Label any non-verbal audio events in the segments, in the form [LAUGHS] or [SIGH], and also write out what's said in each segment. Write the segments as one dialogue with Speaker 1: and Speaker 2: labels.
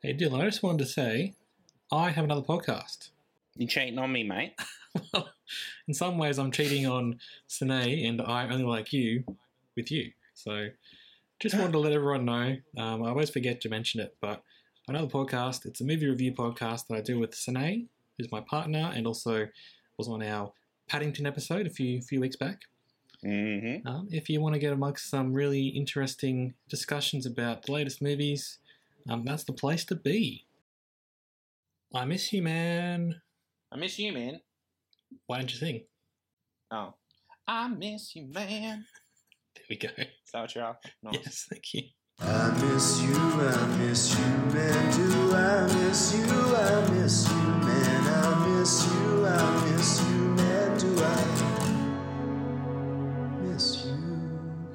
Speaker 1: Hey, Dylan, I just wanted to say I have another podcast.
Speaker 2: You cheating on me, mate?
Speaker 1: In some ways, I'm cheating on Sine and I Only Like You with you. So just wanted to let everyone know. Um, I always forget to mention it, but another podcast. It's a movie review podcast that I do with Sine, who's my partner, and also was on our Paddington episode a few few weeks back.
Speaker 2: Mm-hmm.
Speaker 1: Um, if you want to get amongst some really interesting discussions about the latest movies, um, that's the place to be. I miss you, man.
Speaker 2: I miss you, man.
Speaker 1: Why don't you sing?
Speaker 2: Oh, I miss you, man.
Speaker 1: There we go.
Speaker 2: Is that what you're after? Nice.
Speaker 1: Yes, thank you.
Speaker 3: I miss you, I miss you, man. Do I miss you? I miss you, man. I miss you, I miss you, man. Do I miss you?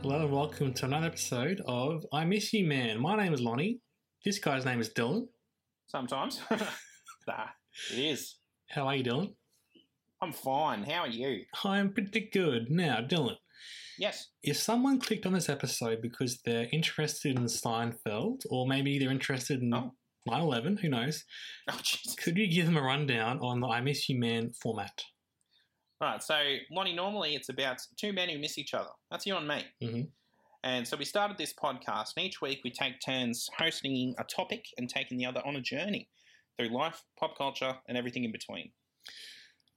Speaker 1: Hello and welcome to another episode of I Miss You, Man. My name is Lonnie. This guy's name is Dylan.
Speaker 2: Sometimes. [LAUGHS] nah, it is.
Speaker 1: How are you, Dylan?
Speaker 2: I'm fine. How are you?
Speaker 1: I'm pretty good. Now, Dylan,
Speaker 2: Yes.
Speaker 1: if someone clicked on this episode because they're interested in Seinfeld, or maybe they're interested in
Speaker 2: Oh.
Speaker 1: 9 11, who knows,
Speaker 2: Oh, Jesus.
Speaker 1: could you give them a rundown on the I Miss You, Man format?
Speaker 2: Right, so Lonnie, normally it's about two men who miss each other. That's you and me.
Speaker 1: Mhm.
Speaker 2: And so we started this podcast, and each week we take turns hosting a topic and taking the other on a journey through life, pop culture, and everything in between. [LAUGHS]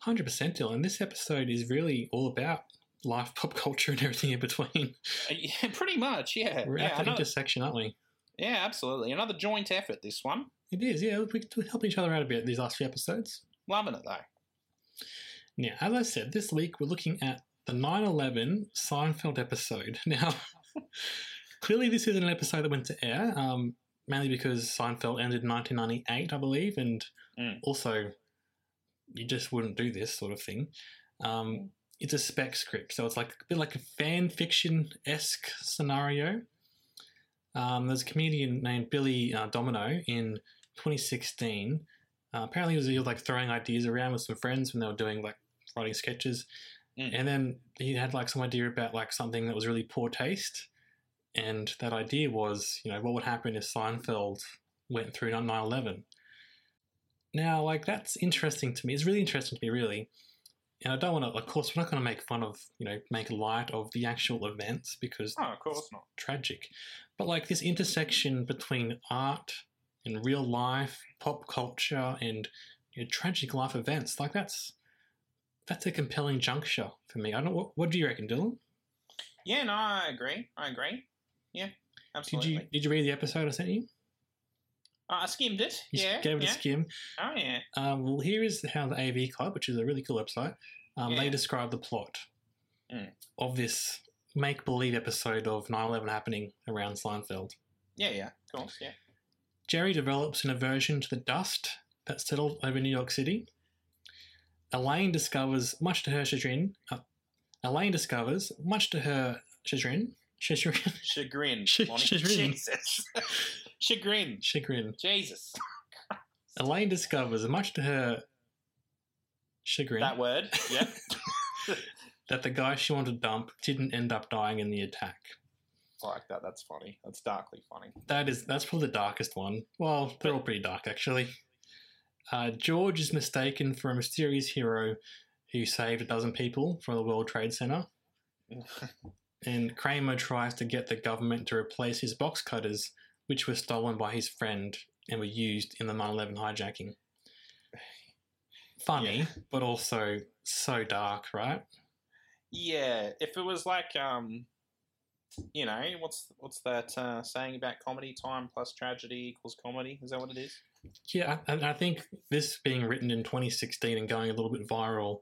Speaker 1: 100% Dylan. This episode is really all about life, pop culture, and everything in between.
Speaker 2: Uh, yeah, pretty much, yeah.
Speaker 1: We're
Speaker 2: yeah,
Speaker 1: at the
Speaker 2: another-
Speaker 1: intersection, aren't we?
Speaker 2: yeah, absolutely. Another joint effort, this one.
Speaker 1: It is, yeah. we- We're helping each other out a bit these last few episodes.
Speaker 2: Loving it, though.
Speaker 1: Now, as I said, this week we're looking at the 9 11 Seinfeld episode. [LAUGHS] Now, clearly, this isn't an episode that went to air, um, mainly because Seinfeld ended in 1998, I believe, and
Speaker 2: Mm.
Speaker 1: also you just wouldn't do this sort of thing. Um, it's a spec script, so it's like a bit like a fan fiction esque scenario. Um, there's a comedian named Billy uh, Domino in 2016 uh, apparently, he was, he was like throwing ideas around with some friends when they were doing like writing sketches,
Speaker 2: Mm.
Speaker 1: and then he had like some idea about like something that was really poor taste, and that idea was, you know, what would happen if Seinfeld went through 9/11. Now, like that's interesting to me. It's really interesting to me, really. And I don't want to. Of course, we're not going to make fun of, you know, make light of the actual events because
Speaker 2: Oh, of course not.
Speaker 1: tragic. But like this intersection between art and real life, pop culture, and you know, tragic life events, like that's that's a compelling juncture for me. I don't. What, what do you reckon, Dylan?
Speaker 2: Yeah, no, I agree. I agree. Yeah,
Speaker 1: Did
Speaker 2: absolutely.
Speaker 1: you did you read the episode I sent you?
Speaker 2: Uh, I skimmed it.
Speaker 1: You
Speaker 2: yeah.
Speaker 1: gave it
Speaker 2: yeah.
Speaker 1: a skim.
Speaker 2: Oh, yeah.
Speaker 1: Um, well, here is how the AV Club, which is a really cool website, um, they
Speaker 2: Yeah.
Speaker 1: describe the plot
Speaker 2: Mm.
Speaker 1: of this make believe episode of 9 11 happening around Seinfeld.
Speaker 2: Yeah, yeah. Of course,
Speaker 1: [LAUGHS]
Speaker 2: yeah.
Speaker 1: Jerry develops an aversion to the dust that settled over New York City. Elaine discovers, much to her chagrin, uh, Elaine discovers, much to her chagrin, chagrin, [LAUGHS]
Speaker 2: Chagrin.
Speaker 1: Ch-
Speaker 2: Lonnie.
Speaker 1: chagrin.
Speaker 2: Jesus. [LAUGHS] Chagrin.
Speaker 1: chagrin.
Speaker 2: Jesus.
Speaker 1: Elaine discovers, much to her chagrin, [LAUGHS]
Speaker 2: That word. Yep.
Speaker 1: that the guy she wanted to dump didn't end up dying in the attack.
Speaker 2: I like that. That's funny. That's darkly funny. [LAUGHS]
Speaker 1: That is that's probably the darkest one. Well, they're all pretty dark actually. Uh, George is mistaken for a mysterious hero who saved a dozen people from the World Trade Center, and Kramer tries to get the government to replace his box cutters, which were stolen by his friend and were used in the 9/11 hijacking. Funny, but also so dark, right?
Speaker 2: yeah. If it was like, um, you know, what's what's that uh, saying about comedy? Time plus tragedy equals comedy. Is that what it is?
Speaker 1: Yeah, I- and I think this being written in 2016 and going a little bit viral,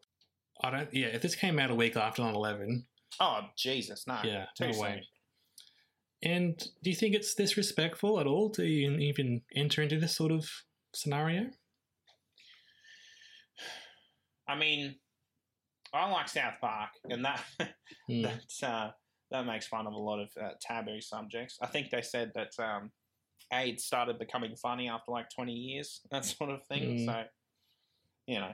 Speaker 1: I don't. Yeah, if this came out a week after 9/11,
Speaker 2: Oh Jesus, no.
Speaker 1: Yeah,
Speaker 2: Too
Speaker 1: no
Speaker 2: soon.
Speaker 1: way. And do you think it's disrespectful at all to even, even enter into this sort of scenario?
Speaker 2: I mean, I like South Park, and that [LAUGHS]
Speaker 1: Hmm.
Speaker 2: that uh, that makes fun of a lot of uh, taboo subjects. I think they said that um, AIDS started becoming funny after like twenty years, [LAUGHS] that sort of thing.
Speaker 1: Mm.
Speaker 2: So, you know,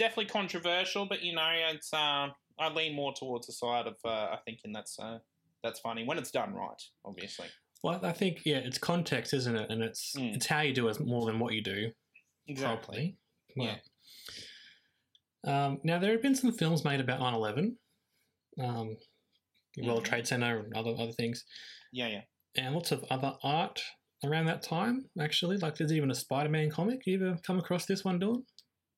Speaker 2: definitely controversial, but you know, it's um, I lean more towards the side of uh, I thinking that's uh, that's funny when it's done right, obviously.
Speaker 1: Well, I think yeah, it's context, isn't it? And it's
Speaker 2: Mm.
Speaker 1: it's how you do it more than what you do. Probably.
Speaker 2: Yeah.
Speaker 1: Yeah. Um, now there have been some films made about 9/11, um, the World
Speaker 2: Mhm.
Speaker 1: Trade Center and other other things,
Speaker 2: Yeah, yeah.
Speaker 1: and lots of other art around that time. Actually, like there's even a Spider-Man comic. You ever come across this one, Dylan?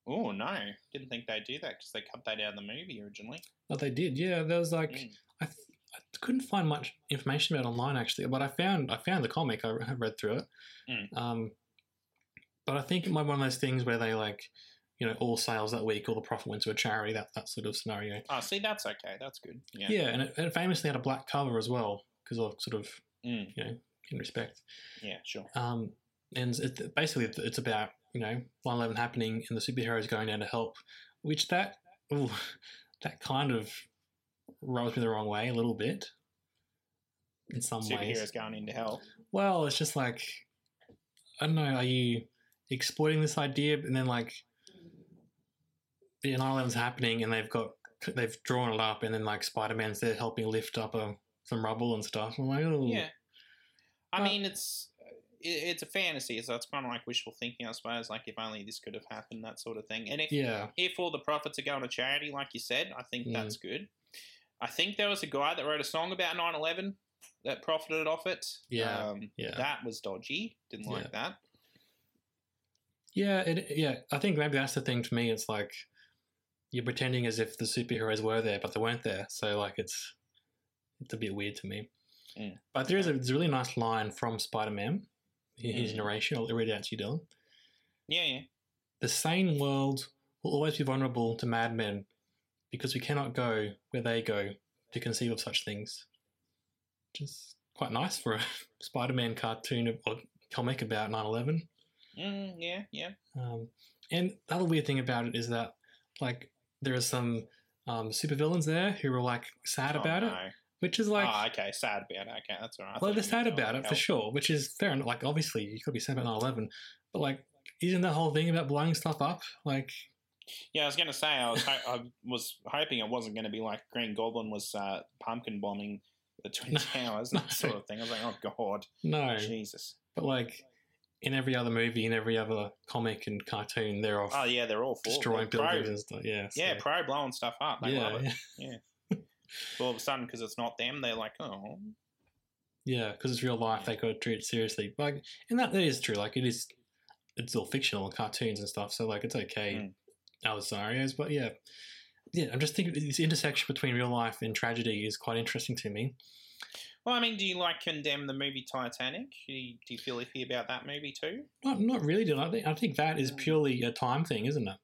Speaker 2: Oh no, didn't think they'd do that because they cut that out of the movie originally.
Speaker 1: But Oh, they did. Yeah, there was like
Speaker 2: Mm.
Speaker 1: I, th- I couldn't find much information about it online actually, but I found I found the comic. I, I read through it.
Speaker 2: Mm.
Speaker 1: Um, but I think it might be one of those things where they like, you know, all sales that week, all the profit went to a charity. That that sort of scenario.
Speaker 2: Oh, see, that's okay. That's good.
Speaker 1: Yeah,
Speaker 2: Yeah.
Speaker 1: and, it, and it famously had a black cover as well because of sort of
Speaker 2: Mm,
Speaker 1: you know in respect.
Speaker 2: yeah, sure.
Speaker 1: Um, and it, basically, it- it's about you know one eleven happening and the superheroes going down to help, which that ooh, that kind of rubs me the wrong way a little bit. In some ways,
Speaker 2: Superheroes going into hell.
Speaker 1: well, it's just like I don't know. Are you exploiting this idea, and then like the 9/11's happening, and they've got they've drawn it up, and then like Spider Man's there helping lift up a, some rubble and stuff. I'm like, oh,
Speaker 2: Yeah. I
Speaker 1: Well-
Speaker 2: mean, it's it, it's a fantasy, so it's kind of like wishful thinking, I suppose. Like, if only this could have happened, that sort of thing. And if
Speaker 1: yeah,
Speaker 2: if all the profits are going to charity, like you said, I think
Speaker 1: Mm.
Speaker 2: that's good. I think there was a guy that wrote a song about 9/11 that profited off it.
Speaker 1: Yeah,
Speaker 2: um,
Speaker 1: yeah.
Speaker 2: that was dodgy. Didn't like
Speaker 1: Yeah.
Speaker 2: that.
Speaker 1: Yeah, it, yeah. I think maybe that's the thing for me. It's like you're pretending as if the superheroes were there, but they weren't there. So like it's it's a bit weird to me.
Speaker 2: Mm.
Speaker 1: But there is a, there's a really nice line from Spider-Man. hi- His
Speaker 2: Mm.
Speaker 1: narration. I'll read it out to you, Dylan.
Speaker 2: Yeah, yeah.
Speaker 1: The sane world will always be vulnerable to madmen, because we cannot go where they go to conceive of such things. Which is quite nice for a [LAUGHS] Spider-Man cartoon or comic about 9/11.
Speaker 2: Mm, yeah, yeah.
Speaker 1: Um, and the other weird thing about it is that, like, there are some um, supervillains there who were like sad
Speaker 2: Oh,
Speaker 1: about it,
Speaker 2: no.
Speaker 1: which is like,
Speaker 2: oh, okay. Sad about it. Okay, that's all right. I
Speaker 1: well,
Speaker 2: thought
Speaker 1: they're
Speaker 2: you
Speaker 1: sad
Speaker 2: meant,
Speaker 1: about
Speaker 2: like,
Speaker 1: it for
Speaker 2: hell.
Speaker 1: sure, which is fair enough. Like, obviously, you could be sad about 9 11, but like, isn't the whole thing about blowing stuff up? Like,
Speaker 2: Yeah, I was going to say I was ho- I was hoping it wasn't going to be like Green Goblin was uh, pumpkin bombing the
Speaker 1: [LAUGHS]
Speaker 2: Twin
Speaker 1: No,
Speaker 2: Towers and that
Speaker 1: no.
Speaker 2: sort of thing. I was like, oh god,
Speaker 1: no,
Speaker 2: Jesus.
Speaker 1: but like, in every other movie, in every other comic and cartoon, they're off
Speaker 2: Oh yeah, they're all for it.
Speaker 1: destroying
Speaker 2: They're pro-
Speaker 1: buildings and stuff. Yeah,
Speaker 2: Yeah,
Speaker 1: so-
Speaker 2: pro blowing stuff up. They
Speaker 1: yeah,
Speaker 2: love it.
Speaker 1: yeah,
Speaker 2: All of a sudden, because it's not them, they're like, oh,
Speaker 1: yeah, because it's real life, they got to treat it seriously. Like, and that, that is true. Like, it is, it's all fictional cartoons and stuff, so like, it's okay.
Speaker 2: Mm.
Speaker 1: other scenarios. But yeah, yeah, I'm just thinking this intersection between real life and tragedy is quite interesting to me.
Speaker 2: well, I mean, do you like condemn the movie Titanic? Do you, do you feel iffy about that movie too?
Speaker 1: Not not really, did I think I think that is
Speaker 2: Mm.
Speaker 1: purely a time thing, isn't it?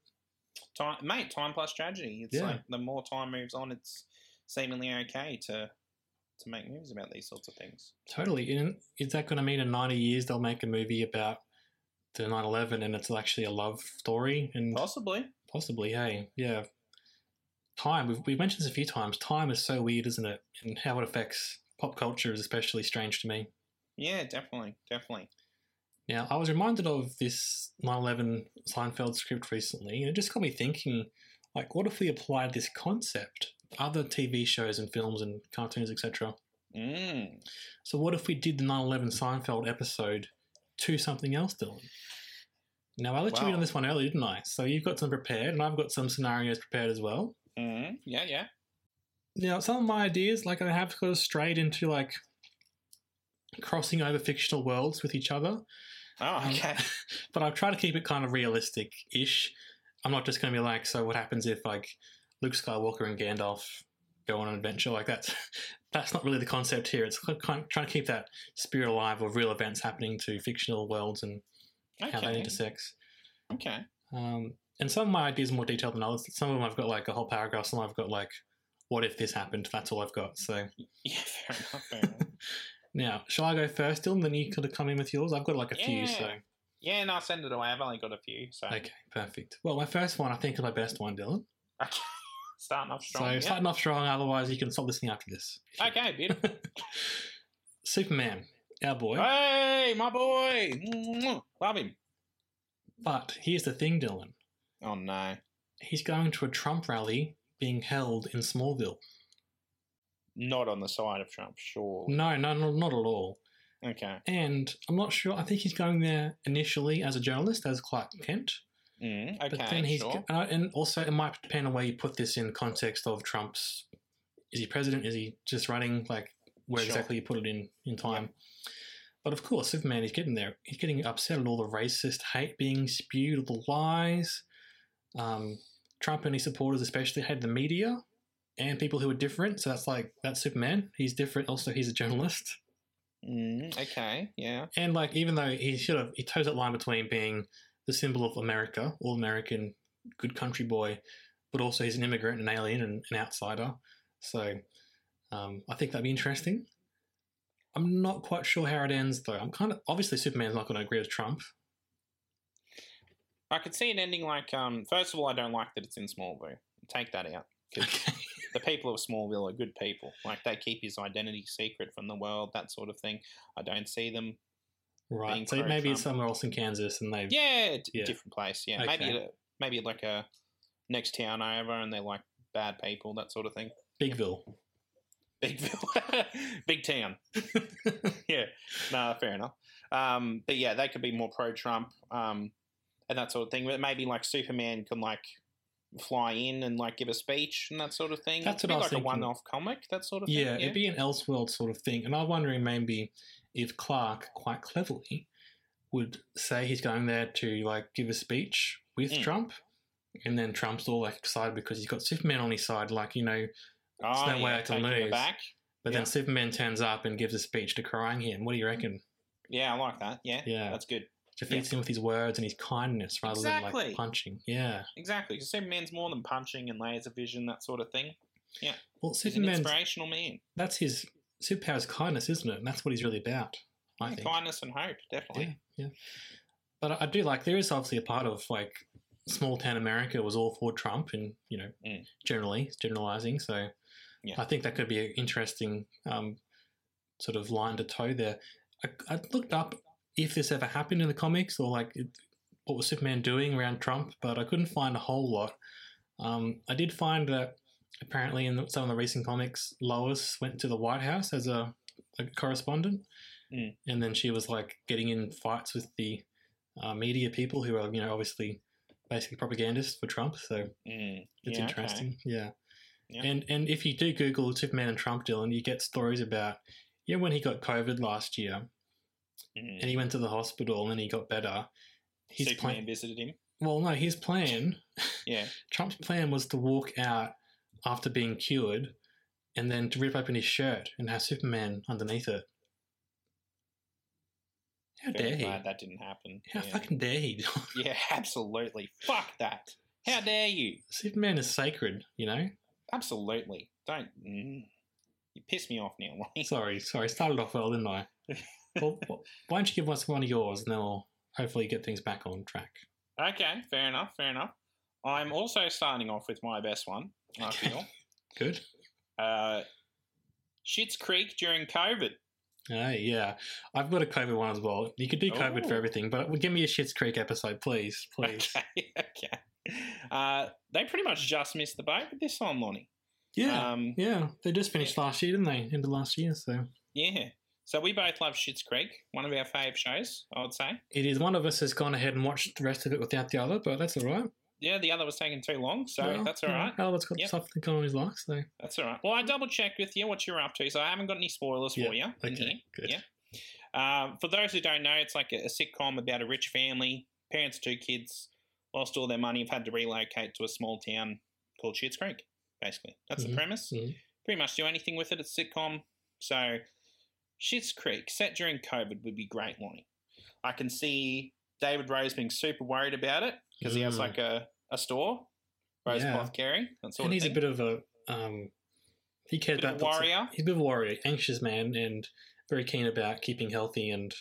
Speaker 2: Time, mate, time plus tragedy. It's
Speaker 1: Yeah.
Speaker 2: like the more time moves on, it's seemingly okay to to make movies about these sorts of things.
Speaker 1: Totally. And is that going to mean in 90 years they'll make a movie about the 9/11 and it's actually a love story and
Speaker 2: Possibly.
Speaker 1: possibly, hey, yeah. Time we've, we've mentioned this a few times. Time is so weird, isn't it? And how it affects pop culture is especially strange to me.
Speaker 2: Yeah, definitely, definitely.
Speaker 1: Now, I was reminded of this 9/11 Seinfeld script recently, and it just got me thinking, like, what if we applied this concept to other TV shows and films and cartoons, etc.
Speaker 2: Mm.
Speaker 1: So, what if we did the 9/11 Seinfeld episode to something else, Dylan? Now, I let you in
Speaker 2: Wow.
Speaker 1: on this one earlier, didn't I? So, you've got some prepared, and I've got some scenarios prepared as well.
Speaker 2: Mm. Yeah, yeah.
Speaker 1: Now, some of my ideas, like, I have sort of strayed into like crossing over fictional worlds with each other.
Speaker 2: Oh,
Speaker 1: Um,
Speaker 2: okay.
Speaker 1: [LAUGHS] but I'll try to keep it kind of realistic ish. I'm not just going to be like, so what happens if like Luke Skywalker and Gandalf go on an adventure? Like that's [LAUGHS] that's not really the concept here. It's kind of trying to keep that spirit alive of real events happening to fictional worlds and how they
Speaker 2: Okay.
Speaker 1: intersect.
Speaker 2: okay. [LAUGHS]
Speaker 1: Um, and some of my ideas are more detailed than others. Some of them I've got like a whole paragraph. Some I've got like, what if this happened? That's all I've got. So
Speaker 2: Yeah, fair enough. Fair enough.
Speaker 1: Now, shall I go first, Dylan? Then you could have come in with yours. I've got like a
Speaker 2: Yeah.
Speaker 1: few, so
Speaker 2: Yeah, no, send it away. I've only got a few, so
Speaker 1: okay, perfect. Well, my first one I think is my best one, Dylan.
Speaker 2: [LAUGHS] Okay. starting off
Speaker 1: so
Speaker 2: strong. yeah.
Speaker 1: starting off strong. Otherwise, you can stop listening after this. if you
Speaker 2: Okay, beautiful.
Speaker 1: Superman, our boy.
Speaker 2: hey, my boy, Mwah. love him.
Speaker 1: But here's the thing, Dylan.
Speaker 2: Oh no,
Speaker 1: He's going to a Trump rally being held in Smallville.
Speaker 2: not on the side of Trump, sure.
Speaker 1: No, no, no not at all.
Speaker 2: Okay.
Speaker 1: And I'm not sure. I think he's going there initially as a journalist, as Clark Kent.
Speaker 2: Mm, okay.
Speaker 1: But then he's uh,
Speaker 2: sure.
Speaker 1: and, I- and also it might depend on where you put this in context of Trump's. Is he president? Is he just running? Like where
Speaker 2: Sure.
Speaker 1: exactly you put it in in time. But of course, Superman is getting there. He's getting upset at all the racist hate being spewed, all the lies. Um, Trump and his supporters, especially, hate the media and people who are different. So that's like that's Superman. He's different. Also, he's a journalist.
Speaker 2: Mm, okay. Yeah.
Speaker 1: And like, even though he should have, he toes that line between being the symbol of America, all American, good country boy, but also he's an immigrant, an alien, and an outsider. So um, I think that'd be interesting. I'm not quite sure how it ends though. I'm kind of obviously Superman's not going to agree with Trump. [LAUGHS]
Speaker 2: I could see it ending like, um, first of all, I don't like that it's in Smallville. Take that out. 'cause
Speaker 1: Okay.
Speaker 2: the people of Smallville are good people. Like, they keep his identity secret from the world, that sort of thing. I don't see them.
Speaker 1: Right.
Speaker 2: Being
Speaker 1: So maybe it's
Speaker 2: pro-Trump.
Speaker 1: somewhere else in Kansas, and they've
Speaker 2: Yeah, d-
Speaker 1: Yeah.
Speaker 2: different place. Yeah. Maybe
Speaker 1: Okay.
Speaker 2: it- maybe like a next town over and they're like bad people, that sort of thing. [LAUGHS]
Speaker 1: Bigville.
Speaker 2: Big, big town.
Speaker 1: [LAUGHS]
Speaker 2: yeah, no, fair enough. Um, but yeah, they could be more pro Trump um, and that sort of thing. But maybe like Superman can like fly in and like give a speech and that sort of thing.
Speaker 1: That's
Speaker 2: It'd
Speaker 1: what
Speaker 2: be
Speaker 1: I was
Speaker 2: like
Speaker 1: thinking.
Speaker 2: a one off comic, that sort of
Speaker 1: Yeah,
Speaker 2: thing.
Speaker 1: it'd be an Elseworld sort of thing. And I'm wondering maybe if Clark, quite cleverly, would say he's going there to like give a speech with
Speaker 2: Mm.
Speaker 1: Trump, and then Trump's all like excited because he's got Superman on his side, like you know.
Speaker 2: oh,
Speaker 1: no way I can
Speaker 2: taking it
Speaker 1: lose.
Speaker 2: Back.
Speaker 1: But
Speaker 2: Yeah.
Speaker 1: then Superman turns up and gives a speech decrying him. What do you reckon?
Speaker 2: Yeah, I like that. Yeah,
Speaker 1: Yeah.
Speaker 2: that's good.
Speaker 1: Defeats him with his words and his kindness rather than
Speaker 2: Exactly.
Speaker 1: like punching. Yeah.
Speaker 2: Exactly, because Superman's more than punching and laser vision, that sort of thing.
Speaker 1: Well,
Speaker 2: He's an
Speaker 1: Superman's
Speaker 2: inspirational man.
Speaker 1: that's his superpower is kindness, isn't it? And that's what he's really about. I
Speaker 2: Yeah,
Speaker 1: think.
Speaker 2: kindness and hope, definitely.
Speaker 1: Yeah, yeah. But I- I do like there is obviously a part of like small town America was all for Trump, and you know,
Speaker 2: Mm.
Speaker 1: generally generalizing. So
Speaker 2: Yeah.
Speaker 1: I think that could be an interesting um, sort of line to toe there. I, I looked up if this ever happened in the comics or like it, what was Superman doing around Trump, but I couldn't find a whole lot. Um, I did find that apparently in some of the recent comics, Lois went to the White House as a, a correspondent,
Speaker 2: Mm.
Speaker 1: and then she was like getting in fights with the uh, media people who are you know obviously basically propagandists for Trump. So
Speaker 2: Mm,
Speaker 1: it's
Speaker 2: yeah, okay.
Speaker 1: interesting, yeah.
Speaker 2: Yeah.
Speaker 1: And and if you do Google Superman and Trump, Dylan, you get stories about you know when he got COVID last year
Speaker 2: Mm.
Speaker 1: and he went to the hospital and then he got better. His
Speaker 2: Superman
Speaker 1: plan,
Speaker 2: visited him.
Speaker 1: well, no, his plan
Speaker 2: Yeah.
Speaker 1: [LAUGHS] Trump's plan was to walk out after being cured and then to rip open his shirt and have Superman underneath it. How
Speaker 2: Very
Speaker 1: dare he?
Speaker 2: glad that didn't happen.
Speaker 1: How
Speaker 2: yeah. [LAUGHS]
Speaker 1: fucking dare he? [LAUGHS]
Speaker 2: Yeah, absolutely. Fuck that. How dare you?
Speaker 1: Superman is sacred, you
Speaker 2: [LAUGHS]
Speaker 1: know?
Speaker 2: Absolutely. Don't. Mm. You piss me off now, [LAUGHS] Lonnie.
Speaker 1: Sorry, sorry, started off well, didn't I?
Speaker 2: [LAUGHS]
Speaker 1: well, well, why don't you give us one of yours and then we'll hopefully get things back on track.
Speaker 2: Okay, fair enough, fair enough. I'm also starting off with my best one, I
Speaker 1: Okay.
Speaker 2: feel.
Speaker 1: Good?
Speaker 2: Uh, Shit's Creek during COVID.
Speaker 1: Hey, yeah. I've got a COVID one as well. You could do COVID for
Speaker 2: Ooh.
Speaker 1: everything, but give me a Shits Creek episode, please, please.
Speaker 2: Oh. [LAUGHS] Okay, okay. Uh, they pretty much just missed the boat with this one, Lonnie.
Speaker 1: Yeah.
Speaker 2: Um,
Speaker 1: Yeah, they just finished last year, didn't they? End of last year, so
Speaker 2: yeah. So we both love Shit's Creek, one of our fave shows, I would say.
Speaker 1: it is one of us has gone ahead and watched the rest of it without the other, but that's all right.
Speaker 2: Yeah, the other was taking too long, so
Speaker 1: Well,
Speaker 2: that's all
Speaker 1: you know,
Speaker 2: right.
Speaker 1: Albert's got
Speaker 2: Yep.
Speaker 1: something going on in his life, so
Speaker 2: That's all right. Well, I double checked with you what you're up to, so I haven't got any spoilers for you.
Speaker 1: Yeah,
Speaker 2: in
Speaker 1: okay,
Speaker 2: here.
Speaker 1: good.
Speaker 2: Yeah. Um, for those who don't know, it's like a, a sitcom about a rich family. Parents, two kids, lost all their money, have had to relocate to a small town called Shit's Creek, basically. That's
Speaker 1: Mhm,
Speaker 2: the premise.
Speaker 1: mhm.
Speaker 2: Pretty much do anything with it. It's a sitcom. So, Shit's Creek, set during COVID, would be great, Lonnie. I can see David Rose being super worried about it because he has
Speaker 1: Mm.
Speaker 2: like a, a store, Rose
Speaker 1: Yeah.
Speaker 2: Apothecary. That sort
Speaker 1: and
Speaker 2: of
Speaker 1: he's a
Speaker 2: thing.
Speaker 1: bit of a um, he cares
Speaker 2: Bit of
Speaker 1: about
Speaker 2: a
Speaker 1: lots
Speaker 2: warrior.
Speaker 1: he's a bit of a warrior, anxious man, and very keen about keeping healthy and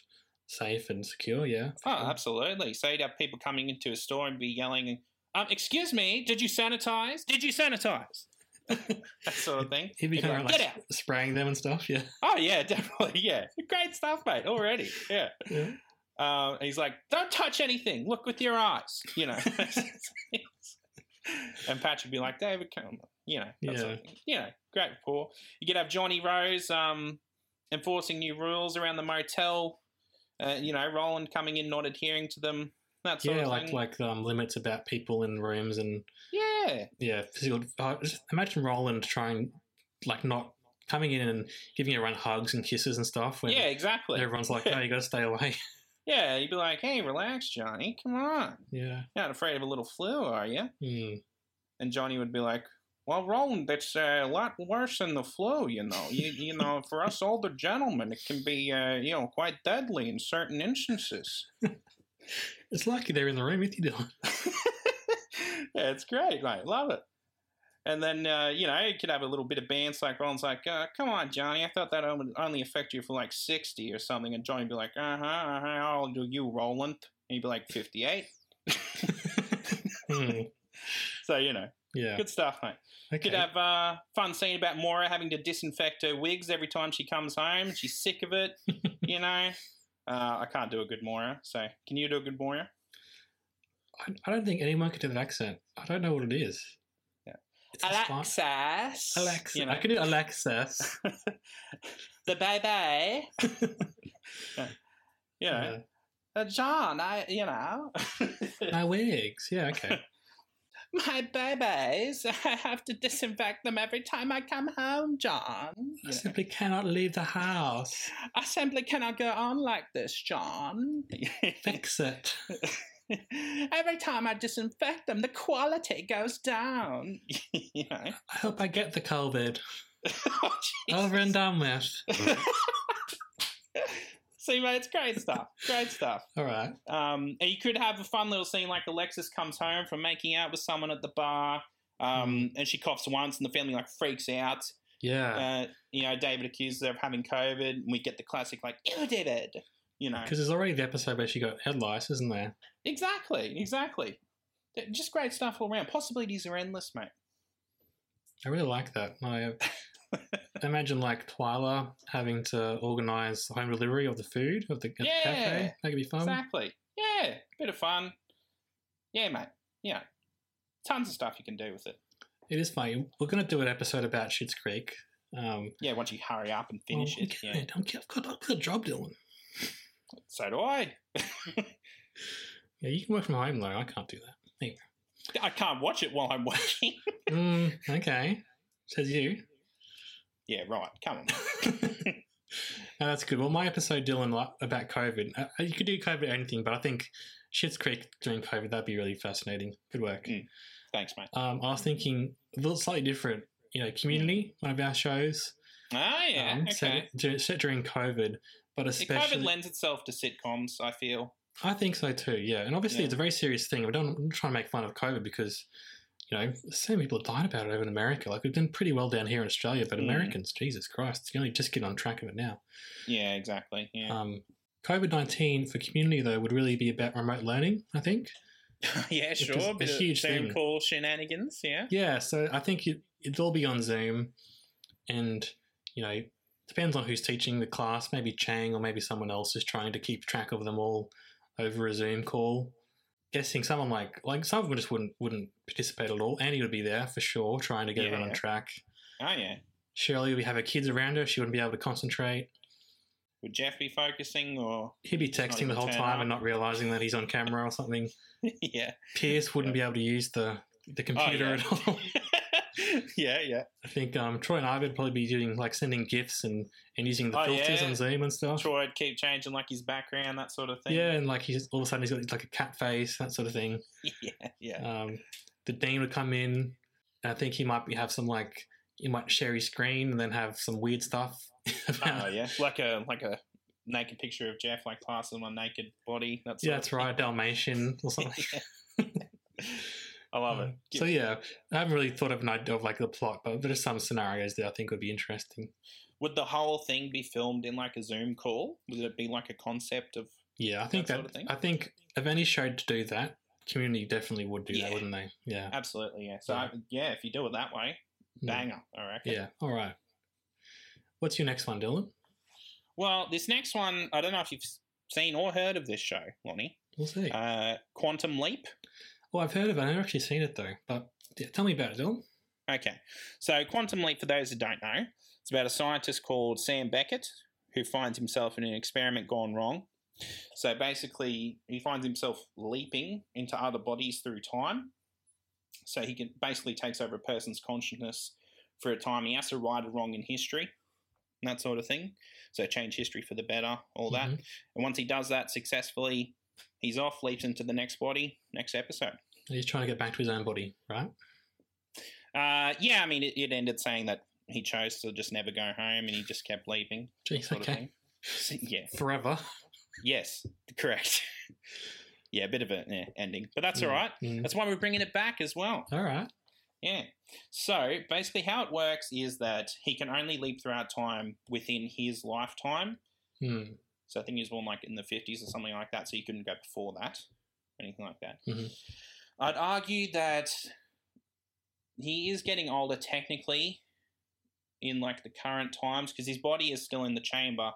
Speaker 1: safe and secure. Yeah.
Speaker 2: Oh, absolutely. So you'd have people coming into a store and be yelling, um, "Excuse me, did you sanitize? Did you sanitize?" that sort of thing.
Speaker 1: He'd be
Speaker 2: You'd be
Speaker 1: kind of
Speaker 2: like,
Speaker 1: like
Speaker 2: "Get out!"
Speaker 1: spraying them and stuff.
Speaker 2: [LAUGHS]
Speaker 1: Yeah.
Speaker 2: Oh yeah, definitely. Yeah, great stuff, mate. Already, yeah.
Speaker 1: yeah.
Speaker 2: Um, and he's like, "Don't touch anything. Look with your eyes."
Speaker 1: [LAUGHS]
Speaker 2: You know. and Patrick would be like, "David, come on." You know. That's
Speaker 1: Yeah.
Speaker 2: yeah. you know, great rapport. You could have Johnny Rose um, enforcing new rules around the motel. Uh, you know, Roland coming in, not adhering to them. That sort
Speaker 1: Yeah,
Speaker 2: of
Speaker 1: like
Speaker 2: thing.
Speaker 1: like um, limits about people in rooms and
Speaker 2: yeah.
Speaker 1: yeah, physical. Uh, just imagine Roland trying like not coming in and giving everyone hugs and kisses and stuff when
Speaker 2: yeah, exactly.
Speaker 1: everyone's like, "No, you got to stay away." [LAUGHS]
Speaker 2: yeah, you'd be like, hey, relax, Johnny, come on.
Speaker 1: yeah.
Speaker 2: You're not afraid of a little flu, are you?
Speaker 1: Mm.
Speaker 2: And Johnny would be like, well, Roland, it's uh, a lot worse than the flu, you know. You, you know, for us older gentlemen, it can be, uh, you know, quite deadly in certain instances.
Speaker 1: It's lucky they're in the room with you,
Speaker 2: [LAUGHS]
Speaker 1: Dylan. [LAUGHS]
Speaker 2: yeah, it's great, mate. Love it. And then, uh, you know, you could have a little bit of bands like Roland's like, uh, come on, Johnny, I thought that would only affect you for like 60 or something. And Johnny'd be like, uh huh, uh huh, how old are you, Roland? And he'd be like, 58.
Speaker 1: Mm.
Speaker 2: So, you know,
Speaker 1: Yeah.
Speaker 2: good stuff, mate.
Speaker 1: Okay.
Speaker 2: Could have uh, fun scene about Moira having to disinfect her wigs every time she comes home. She's sick
Speaker 1: [LAUGHS]
Speaker 2: of it, you know. Uh, I can't do a good Moira, so can you do a good Moira?
Speaker 1: I, I don't think anyone could do that accent. I don't know what it is.
Speaker 2: Yeah.
Speaker 1: It's a spy- Alexa.
Speaker 2: Alexa. You know,
Speaker 1: I could do
Speaker 2: [LAUGHS]
Speaker 1: Alexis. [LAUGHS]
Speaker 2: the baby. You know,
Speaker 1: Yeah.
Speaker 2: Uh, John, I, you know, [LAUGHS]
Speaker 1: My wigs. Yeah, okay.
Speaker 2: my babies, [LAUGHS] I have to disinfect them every time I come home, John.
Speaker 1: I
Speaker 2: You know,
Speaker 1: simply cannot leave the house.
Speaker 2: I simply cannot go on like this,
Speaker 1: [LAUGHS]
Speaker 2: John.
Speaker 1: Fix it.
Speaker 2: [LAUGHS] every time I disinfect them, the quality goes [LAUGHS] down. you know?
Speaker 1: I hope I get the COVID.
Speaker 2: Oh, Jesus.
Speaker 1: Over and done with.
Speaker 2: See, mate, it's great stuff. Great stuff.
Speaker 1: All right.
Speaker 2: Um, and you could have a fun little scene like Alexis comes home from making out with someone at the bar, um, and she coughs once, and the family like freaks out.
Speaker 1: Yeah.
Speaker 2: Uh, you know, David accuses her of having COVID, and we get the classic like, "Ew, David," you know.
Speaker 1: Because there's already the episode where she got head lice, isn't there?
Speaker 2: Exactly, exactly. Th- Just great stuff all around. Possibilities are endless, mate.
Speaker 1: I really like that. I imagine like Twyla having to organise home delivery of the food of the, of the
Speaker 2: Yeah.
Speaker 1: cafe. That could be fun.
Speaker 2: exactly. Yeah, bit of fun. Yeah, mate. Yeah, tons of stuff you can do with it.
Speaker 1: It is funny. We're going to do an episode about Shit's Creek. Um,
Speaker 2: Yeah, once you hurry up and
Speaker 1: well,
Speaker 2: finish
Speaker 1: we
Speaker 2: it. Yeah.
Speaker 1: can't. I'm, I've, got, I've got a job, Dylan.
Speaker 2: So do I.
Speaker 1: Yeah, you can work from home though. I can't do that.
Speaker 2: I can't watch it while I'm working. [LAUGHS]
Speaker 1: Mm, okay. Says you.
Speaker 2: yeah, right.
Speaker 1: [LAUGHS]
Speaker 2: Come on.
Speaker 1: No, that's good. Well, my episode, Dylan, li- about COVID. Uh, you could do COVID or anything, but I think Shit's Creek doing COVID that'd be really fascinating. Good work.
Speaker 2: Mm. Thanks, mate.
Speaker 1: Um, I was thinking a little slightly different. You know, community, one of our shows.
Speaker 2: Ah, Mm. yeah.
Speaker 1: um,
Speaker 2: okay.
Speaker 1: set, dur- set during COVID, but
Speaker 2: See,
Speaker 1: especially
Speaker 2: COVID lends itself to sitcoms, I feel.
Speaker 1: I think so too. Yeah, and obviously
Speaker 2: Yeah.
Speaker 1: it's a very serious thing. We don't I'm not trying to make fun of COVID because you know so many people have died about it over in America. Like we've done pretty well down here in Australia, but
Speaker 2: Mm.
Speaker 1: Americans, Jesus Christ, it's only just getting on track of it now.
Speaker 2: Yeah, exactly. Yeah.
Speaker 1: Um, COVID nineteen for community though would really be about remote learning. I think.
Speaker 2: [LAUGHS] yeah,
Speaker 1: is
Speaker 2: sure.
Speaker 1: a
Speaker 2: bit of
Speaker 1: huge
Speaker 2: Zoom
Speaker 1: thing.
Speaker 2: call shenanigans, yeah.
Speaker 1: Yeah, so I think it, it'd all be on Zoom, and you know depends on who's teaching the class. Maybe Chang or maybe someone else is trying to keep track of them all over a Zoom call. Guessing someone like like some of them just wouldn't wouldn't participate at all. Annie would be there for sure, trying to get everyone on
Speaker 2: Yeah.
Speaker 1: track.
Speaker 2: Oh, yeah.
Speaker 1: Shirley, we have her kids around her. She wouldn't be able to concentrate.
Speaker 2: Would Jeff be focusing or. [LAUGHS]
Speaker 1: He'd be
Speaker 2: not
Speaker 1: texting
Speaker 2: even
Speaker 1: the whole
Speaker 2: turn
Speaker 1: time
Speaker 2: up.
Speaker 1: and not realizing that he's on camera or something.
Speaker 2: yeah.
Speaker 1: Pierce wouldn't be able to use the the
Speaker 2: Oh,
Speaker 1: computer
Speaker 2: yeah.
Speaker 1: at all.
Speaker 2: [LAUGHS] yeah, yeah.
Speaker 1: I think um, Troy and I would probably be doing like sending gifts and, and using the
Speaker 2: Oh,
Speaker 1: filters
Speaker 2: yeah.
Speaker 1: on Zoom and stuff.
Speaker 2: Troy'd keep changing like his background, that sort of thing.
Speaker 1: Yeah, and like he's all of a sudden he's got like a cat face, that sort of thing.
Speaker 2: [LAUGHS] yeah, yeah.
Speaker 1: Um, the dean would come in, and I think he might be, have some like he might share his screen and then have some weird stuff. [LAUGHS] about-
Speaker 2: Oh, yeah. Like a like a naked picture of Jeff, like classing on a naked body. That's
Speaker 1: Yeah, that's right, Dalmatian or
Speaker 2: [LAUGHS]
Speaker 1: something.
Speaker 2: I love it.
Speaker 1: Uh, [LAUGHS] So yeah, I haven't really thought of an idea of like the plot, but there are some scenarios that I think would be interesting.
Speaker 2: Would the whole thing be filmed in like a Zoom call? Would it be like a concept of?
Speaker 1: Yeah, I think
Speaker 2: That
Speaker 1: that,
Speaker 2: sort of thing?
Speaker 1: I think if any show to do that, community definitely would do
Speaker 2: Yeah.
Speaker 1: that, wouldn't they? Yeah.
Speaker 2: Absolutely, yeah. So I, yeah, if you do it that way,
Speaker 1: Mm.
Speaker 2: banger, I reckon.
Speaker 1: Yeah. All right. What's your next one, Dylan?
Speaker 2: Well, this next one, I don't know if you've seen or heard of this show, Lonnie.
Speaker 1: We'll see.
Speaker 2: Uh, Quantum Leap.
Speaker 1: oh, I've heard of it. I've never actually seen it though. But yeah, tell me about it, Dylan.
Speaker 2: Okay. So, Quantum Leap, for those who don't know, it's about a scientist called Sam Beckett who finds himself in an experiment gone wrong. So, basically, he finds himself leaping into other bodies through time. So, he can basically takes over a person's consciousness for a time. He has to right or wrong in history and that sort of thing. So, change history for the better, all that.
Speaker 1: Mhm.
Speaker 2: And once he does that successfully, he's off, leaps into the next body, next episode.
Speaker 1: He's trying to get back to his own body, right?
Speaker 2: Uh, yeah, I mean, it, it ended saying that he chose to just never go home and he just kept leaping,
Speaker 1: Jeez,
Speaker 2: sort
Speaker 1: okay.
Speaker 2: of thing. yeah,
Speaker 1: Forever.
Speaker 2: yes, correct. [LAUGHS] yeah, a bit of a yeah, ending, but that's
Speaker 1: Mm,
Speaker 2: all right.
Speaker 1: mm.
Speaker 2: That's why we're bringing it back as well.
Speaker 1: All right.
Speaker 2: Yeah. So basically, how it works is that he can only leap throughout time within his lifetime.
Speaker 1: Hmm.
Speaker 2: So I think he was born like in the 50s or something like that, so he couldn't go before that, anything like that.
Speaker 1: Mhm.
Speaker 2: I'd argue that he is getting older technically in like the current times because his body is still in the chamber,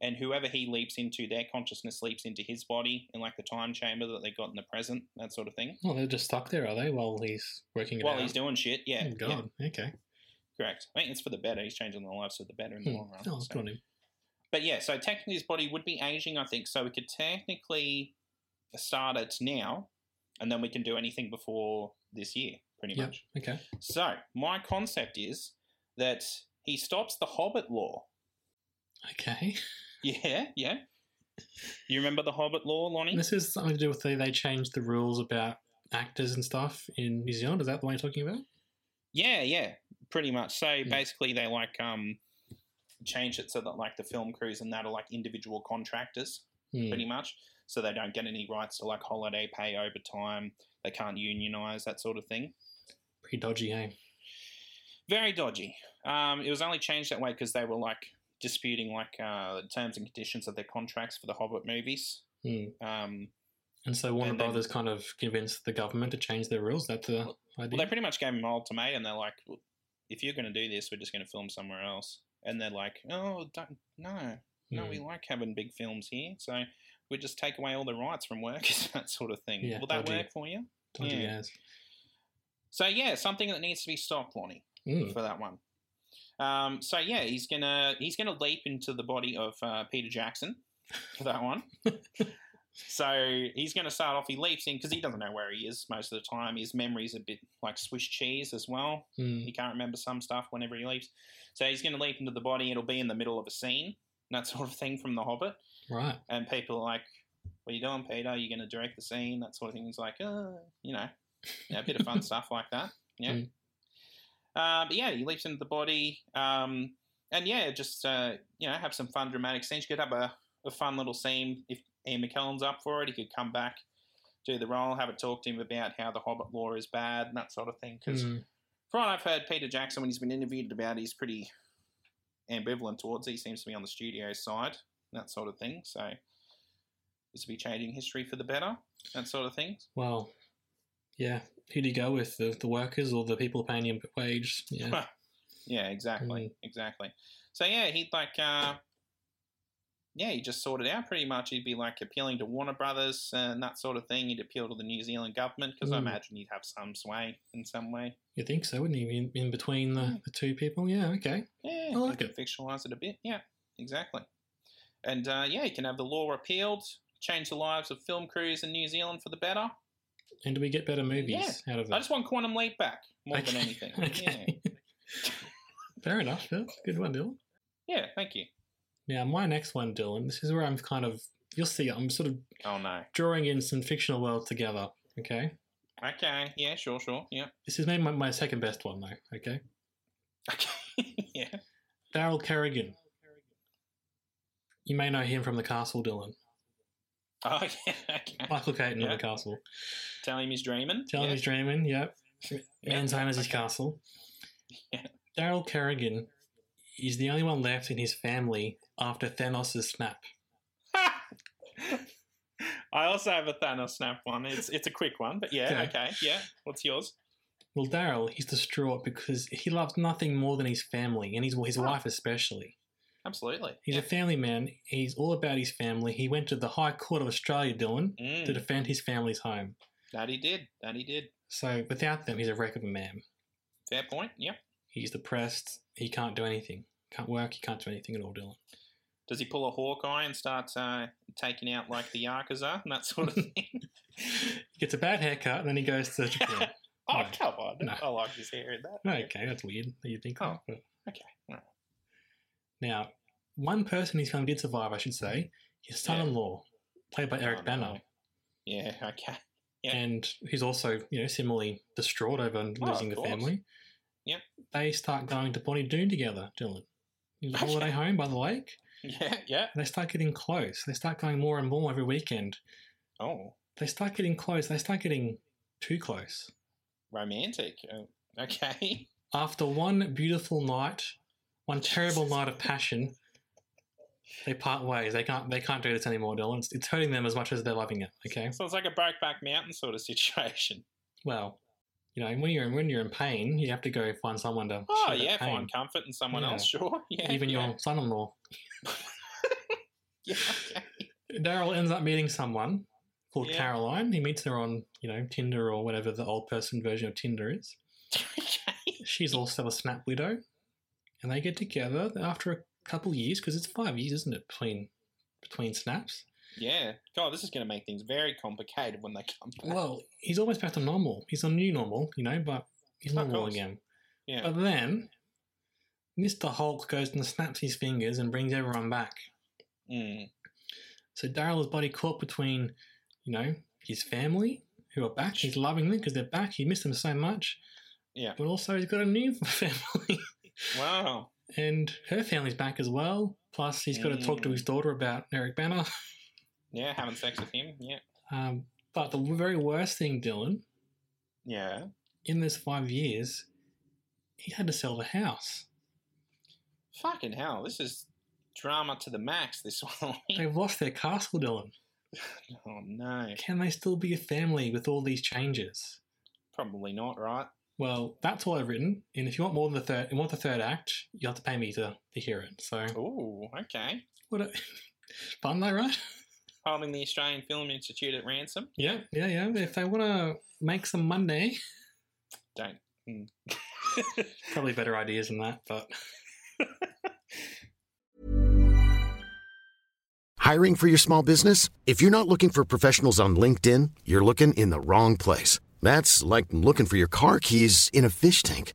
Speaker 2: and whoever he leaps into, their consciousness leaps into his body in like the time chamber that they got in the present, that sort of thing.
Speaker 1: Well, they're just stuck there, are they? While he's working. it
Speaker 2: While
Speaker 1: out?
Speaker 2: he's doing shit, yeah.
Speaker 1: Oh,
Speaker 2: yeah,
Speaker 1: God. Okay.
Speaker 2: correct. I mean, it's for the better. He's changing the lives for the better in the
Speaker 1: Hmm.
Speaker 2: long run.
Speaker 1: Oh,
Speaker 2: so.
Speaker 1: good on him.
Speaker 2: But yeah, so technically his body would be aging, I think. So we could technically start it now, and then we can do anything before this year, pretty
Speaker 1: Yep.
Speaker 2: much.
Speaker 1: Okay.
Speaker 2: So my concept is that he stops the Hobbit law. [LAUGHS]
Speaker 1: Okay.
Speaker 2: Yeah, yeah. You remember the Hobbit law, Lonnie?
Speaker 1: This is something to do with they, they changed the rules about actors and stuff in New Zealand. Is that the one you're talking about?
Speaker 2: Yeah, yeah, pretty much. So
Speaker 1: Hmm.
Speaker 2: basically, they like um change it so that like the film crews and that are like individual contractors.
Speaker 1: Hmm.
Speaker 2: pretty much. So they don't get any rights to like holiday pay, overtime. They can't unionize that sort of thing.
Speaker 1: Pretty dodgy, eh?
Speaker 2: Very dodgy. Um, it was only changed that way because they were like disputing like uh, terms and conditions of their contracts for the Hobbit movies.
Speaker 1: Hmm.
Speaker 2: Um,
Speaker 1: And so Warner
Speaker 2: And then-
Speaker 1: Brothers kind of convinced the government to change their rules. That's the idea.
Speaker 2: well, they pretty much gave them an ultimatum. They're like, "Well, if you're going to do this, we're just going to film somewhere else. And they're like, oh, don't, no, no,
Speaker 1: Hmm.
Speaker 2: we like having big films here. So we just take away all the rights from workers, [LAUGHS] that sort of thing.
Speaker 1: Yeah,
Speaker 2: Will that
Speaker 1: dodgy.
Speaker 2: work for you?
Speaker 1: Dodgy
Speaker 2: yeah.
Speaker 1: as.
Speaker 2: So yeah, something that needs to be stopped, Lonnie.
Speaker 1: Mm.
Speaker 2: for that one. Um, so yeah, he's gonna he's gonna leap into the body of uh, Peter Jackson for that one. so he's gonna start off. He leaps in because he doesn't know where he is most of the time. His memory's a bit like Swiss cheese as well.
Speaker 1: Mm.
Speaker 2: He can't remember some stuff whenever he leaps. So he's gonna leap into the body. It'll be in the middle of a scene, and that sort of thing from The Hobbit.
Speaker 1: Right.
Speaker 2: And people are like, "What are you doing, Peter? Are you gonna direct the scene?" That sort of thing. He's like, uh, you know, yeah, a bit of fun stuff like that. Yeah.
Speaker 1: Mm.
Speaker 2: Uh, but yeah, he leaps into the body. Um, and yeah, just, uh, you know, have some fun dramatic scenes. You could have a, a fun little scene. If Ian McKellen's up for it, he could come back, do the role, have a talk to him about how the Hobbit lore is bad and that sort of thing. Because
Speaker 1: Mm.
Speaker 2: from what I've heard, Peter Jackson, when he's been interviewed about it, he's pretty ambivalent towards it. He seems to be on the studio side, that sort of thing. So this will be changing history for the better, that sort of thing.
Speaker 1: Well, yeah. Who do you go with? The, the workers or the people paying him wage? Yeah.
Speaker 2: Yeah, exactly,
Speaker 1: Mm.
Speaker 2: exactly. So yeah, he'd like, uh, yeah, he just sorted out pretty much. He'd be like appealing to Warner Brothers and that sort of thing. He'd appeal to the New Zealand government because I
Speaker 1: Mm.
Speaker 2: imagine he'd have some sway in some way.
Speaker 1: you think so, wouldn't you? In, in between the, the two people? Yeah, Oh, okay.
Speaker 2: Yeah,
Speaker 1: I like
Speaker 2: he could
Speaker 1: it.
Speaker 2: fictionalize it a bit. Yeah, exactly. And uh, yeah, he can have the law repealed, change the lives of film crews in New Zealand for the better.
Speaker 1: And do we get better movies out of that?
Speaker 2: I just want Quantum Leap back more
Speaker 1: [LAUGHS]
Speaker 2: than anything. Yeah,
Speaker 1: Okay. Fair enough. Yeah. Good one, Dylan.
Speaker 2: yeah. Thank you.
Speaker 1: Now, my next one, Dylan, this is where I'm kind of, you'll see, I'm sort of
Speaker 2: Oh no.
Speaker 1: drawing in some fictional worlds together, okay?
Speaker 2: Okay. Yeah. Sure. Sure. Yeah.
Speaker 1: This is maybe my, my second best one, though, okay?
Speaker 2: Okay. [LAUGHS] yeah.
Speaker 1: Daryl Kerrigan. You may know him from The Castle, Dylan.
Speaker 2: Oh yeah, okay.
Speaker 1: Michael Caton in
Speaker 2: Yeah.
Speaker 1: The Castle.
Speaker 2: Tell him he's dreaming.
Speaker 1: Tell him
Speaker 2: yeah.
Speaker 1: he's dreaming, yep.
Speaker 2: Yeah,
Speaker 1: Man's home is his
Speaker 2: okay.
Speaker 1: castle.
Speaker 2: Yeah.
Speaker 1: Daryl Kerrigan is the only one left in his family after Thanos' snap.
Speaker 2: [LAUGHS] I also have a Thanos snap one. It's it's a quick one, but yeah,
Speaker 1: Okay.
Speaker 2: okay, yeah. What's yours?
Speaker 1: Well, Daryl, he's distraught because he loves nothing more than his family and his, his
Speaker 2: Oh.
Speaker 1: wife especially.
Speaker 2: Absolutely.
Speaker 1: He's
Speaker 2: yeah.
Speaker 1: a family man. He's all about his family. He went to the High Court of Australia, Dylan,
Speaker 2: Mm,
Speaker 1: to defend his family's home.
Speaker 2: that he did. That he did.
Speaker 1: So without them, he's a wreck of a man.
Speaker 2: Fair point. Yeah.
Speaker 1: He's depressed. He can't do anything. Can't work. He can't do anything at all, Dylan. [LAUGHS]
Speaker 2: Does he pull a Hawkeye and start uh, taking out like the Yakuza and that sort
Speaker 1: [LAUGHS]
Speaker 2: of thing? [LAUGHS]
Speaker 1: He gets a bad haircut and then he goes to Japan.
Speaker 2: oh,
Speaker 1: No.
Speaker 2: come on.
Speaker 1: No.
Speaker 2: I like his hair in that.
Speaker 1: okay, that's weird that you think
Speaker 2: Oh,
Speaker 1: that, but-
Speaker 2: okay, alright.
Speaker 1: Now, one person who's come did survive, I should say, his son in law, played by Eric
Speaker 2: Oh, no.
Speaker 1: Banner,
Speaker 2: Yeah, okay. [LAUGHS] Yeah.
Speaker 1: and who's also, you know, similarly distraught over
Speaker 2: Oh,
Speaker 1: losing the
Speaker 2: of course.
Speaker 1: family.
Speaker 2: Yep.
Speaker 1: They start going to Bonnie Doon together, Dylan. His
Speaker 2: Okay.
Speaker 1: holiday home by the lake.
Speaker 2: Yeah, yeah.
Speaker 1: They start getting close. They start going more and more every weekend.
Speaker 2: Oh,
Speaker 1: They start getting close. They start getting too close.
Speaker 2: romantic. Uh, okay. [LAUGHS]
Speaker 1: After one beautiful night, one terrible night of passion, they part ways. They can't. They can't do this anymore, Dylan. It's, it's hurting them as much as they're loving it. Okay.
Speaker 2: So it's like a Brokeback Mountain sort of situation.
Speaker 1: [LAUGHS] Well, you know, when you're when you're in pain, you have to go find someone to.
Speaker 2: Oh,
Speaker 1: share that
Speaker 2: yeah,
Speaker 1: pain.
Speaker 2: find comfort in someone
Speaker 1: Yeah.
Speaker 2: else, sure. [LAUGHS] Yeah,
Speaker 1: Even
Speaker 2: yeah.
Speaker 1: your son-in-law,
Speaker 2: Yeah, [LAUGHS] okay.
Speaker 1: Daryl, ends up meeting someone called
Speaker 2: Yeah.
Speaker 1: Caroline. He meets her on you know Tinder or whatever the old person version of Tinder is.
Speaker 2: okay.
Speaker 1: she's also a snap widow, and they get together after a couple years because it's five years, isn't it, between between snaps?
Speaker 2: Yeah. God, this is going to make things very complicated when they come back.
Speaker 1: Well, he's almost back to normal. He's on new normal, you know, but he's
Speaker 2: Of
Speaker 1: normal
Speaker 2: course.
Speaker 1: again.
Speaker 2: yeah.
Speaker 1: But then Mr. Hulk goes and snaps his fingers and brings everyone back.
Speaker 2: Mm.
Speaker 1: So Daryl is body caught between, you know, his family who are back. He's loving them because they're back. He missed them so much.
Speaker 2: Yeah.
Speaker 1: But also he's got a new [LAUGHS] family.
Speaker 2: Wow.
Speaker 1: and her family's back as well. Plus, he's got to talk to his daughter about Eric Banner.
Speaker 2: Yeah, having sex with him. Yeah.
Speaker 1: Um, but the very worst thing, Dylan,
Speaker 2: Yeah.
Speaker 1: in this five years, he had to sell the house.
Speaker 2: Fucking hell, this is drama to the max, this [LAUGHS] one.
Speaker 1: They've lost their castle, Dylan.
Speaker 2: oh, no.
Speaker 1: Can they still be a family with all these changes?
Speaker 2: Probably not, right?
Speaker 1: Well, that's all I've written. And if you want more than the third, you want the third act, you have to pay me to, to hear it. So,
Speaker 2: Ooh, okay.
Speaker 1: what a, [LAUGHS] fun though, right?
Speaker 2: Holding the Australian Film Institute at ransom.
Speaker 1: Yeah, yeah, yeah. If they want to make some money,
Speaker 2: Don't. Mm.
Speaker 1: probably better ideas than that. But
Speaker 4: Hiring for your small business? If you're not looking for professionals on LinkedIn, you're looking in the wrong place. That's like looking for your car keys in a fish tank.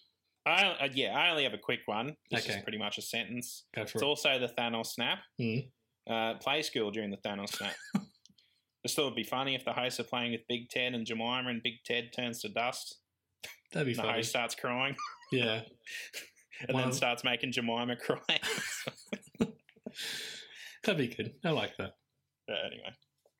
Speaker 2: I, uh, yeah, I only have a quick one. This
Speaker 1: Okay.
Speaker 2: is pretty much a sentence.
Speaker 1: Go for
Speaker 2: It's
Speaker 1: it.
Speaker 2: also the Thanos snap.
Speaker 1: Mm.
Speaker 2: Uh, play school during the Thanos
Speaker 1: [LAUGHS]
Speaker 2: snap. this thought would be funny if the hosts are playing with Big Ted and Jemima and Big Ted turns to dust.
Speaker 1: That'd be
Speaker 2: The
Speaker 1: funny.
Speaker 2: host starts crying [LAUGHS]
Speaker 1: Yeah.
Speaker 2: and
Speaker 1: Wow.
Speaker 2: then starts making Jemima [LAUGHS] cry.
Speaker 1: That'd be good. I like that.
Speaker 2: but anyway,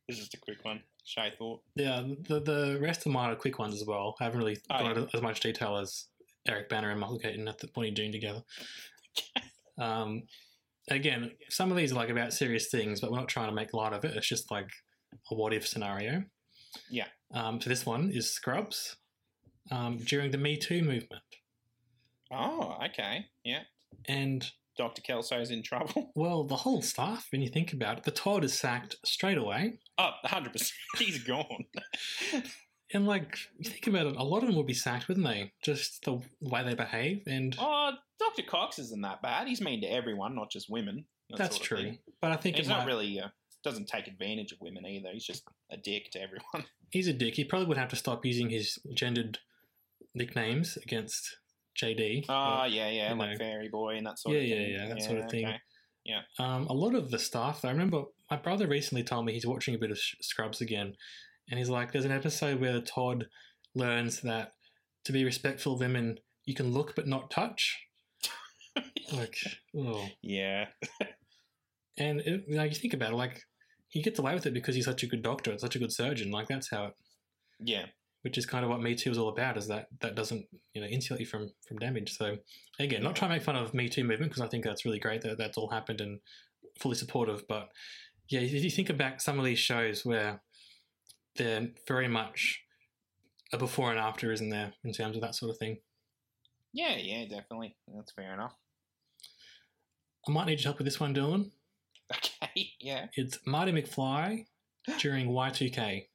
Speaker 2: this is just a quick one. Shay thought.
Speaker 1: Yeah, um, the the rest of mine are quick ones as well. I haven't really
Speaker 2: Oh,
Speaker 1: gone
Speaker 2: yeah.
Speaker 1: into as much detail as Eric Banner and Michael Keaton at the Bonnie Doon
Speaker 2: [LAUGHS]
Speaker 1: together. um, again, some of these are like about serious things, but we're not trying to make light of it. It's just like a what if scenario.
Speaker 2: Yeah.
Speaker 1: Um, so this one is Scrubs um, during the Me Too movement,
Speaker 2: Oh, okay. Yeah.
Speaker 1: and
Speaker 2: Dr. Kelso's in trouble. [LAUGHS]
Speaker 1: Well, the whole staff, when you think about it, the Todd is sacked straight away.
Speaker 2: Oh, 100%. [LAUGHS] He's
Speaker 1: [LAUGHS]
Speaker 2: gone.
Speaker 1: And, like, you think about it, a lot of them would be sacked, wouldn't they? Just the way they behave. And
Speaker 2: oh, Dr. Cox isn't that bad. He's mean to everyone, not just women. that
Speaker 1: that's
Speaker 2: sort of
Speaker 1: true.
Speaker 2: thing.
Speaker 1: But I think
Speaker 2: He's
Speaker 1: it
Speaker 2: not
Speaker 1: might-
Speaker 2: really, uh, doesn't take advantage of women either. He's just a dick to everyone. [LAUGHS]
Speaker 1: he's a dick. He probably would have to stop using his gendered nicknames against JD.
Speaker 2: Oh, yeah, yeah,
Speaker 1: you
Speaker 2: like
Speaker 1: know.
Speaker 2: Fairy Boy and that sort of
Speaker 1: Yeah,
Speaker 2: thing.
Speaker 1: yeah, yeah, that sort of thing.
Speaker 2: okay.
Speaker 1: um, a lot of the staff. I remember my brother recently told me he's watching a bit of Sh- Scrubs again, and he's like, "There's an episode where Todd learns that to be respectful of women, you can look but not touch." like, oh,
Speaker 2: [LAUGHS] Yeah.
Speaker 1: and it, like you think about it, like he gets away with it because he's such a good doctor, such a good surgeon. Like that's how it,
Speaker 2: Yeah.
Speaker 1: which is kind of what Me Too is all about, is that that doesn't you know insulate you from from damage. So again, not trying to make fun of Me Too movement because I think that's really great that that's all happened and fully supportive. But yeah, if you think about some of these shows where they're very much a before and after, isn't there, in terms of that sort of thing?
Speaker 2: Yeah, yeah, definitely. That's fair enough. [LAUGHS]
Speaker 1: I might need your help with this one, Dylan.
Speaker 2: Okay, yeah.
Speaker 1: It's Marty McFly during Y2K.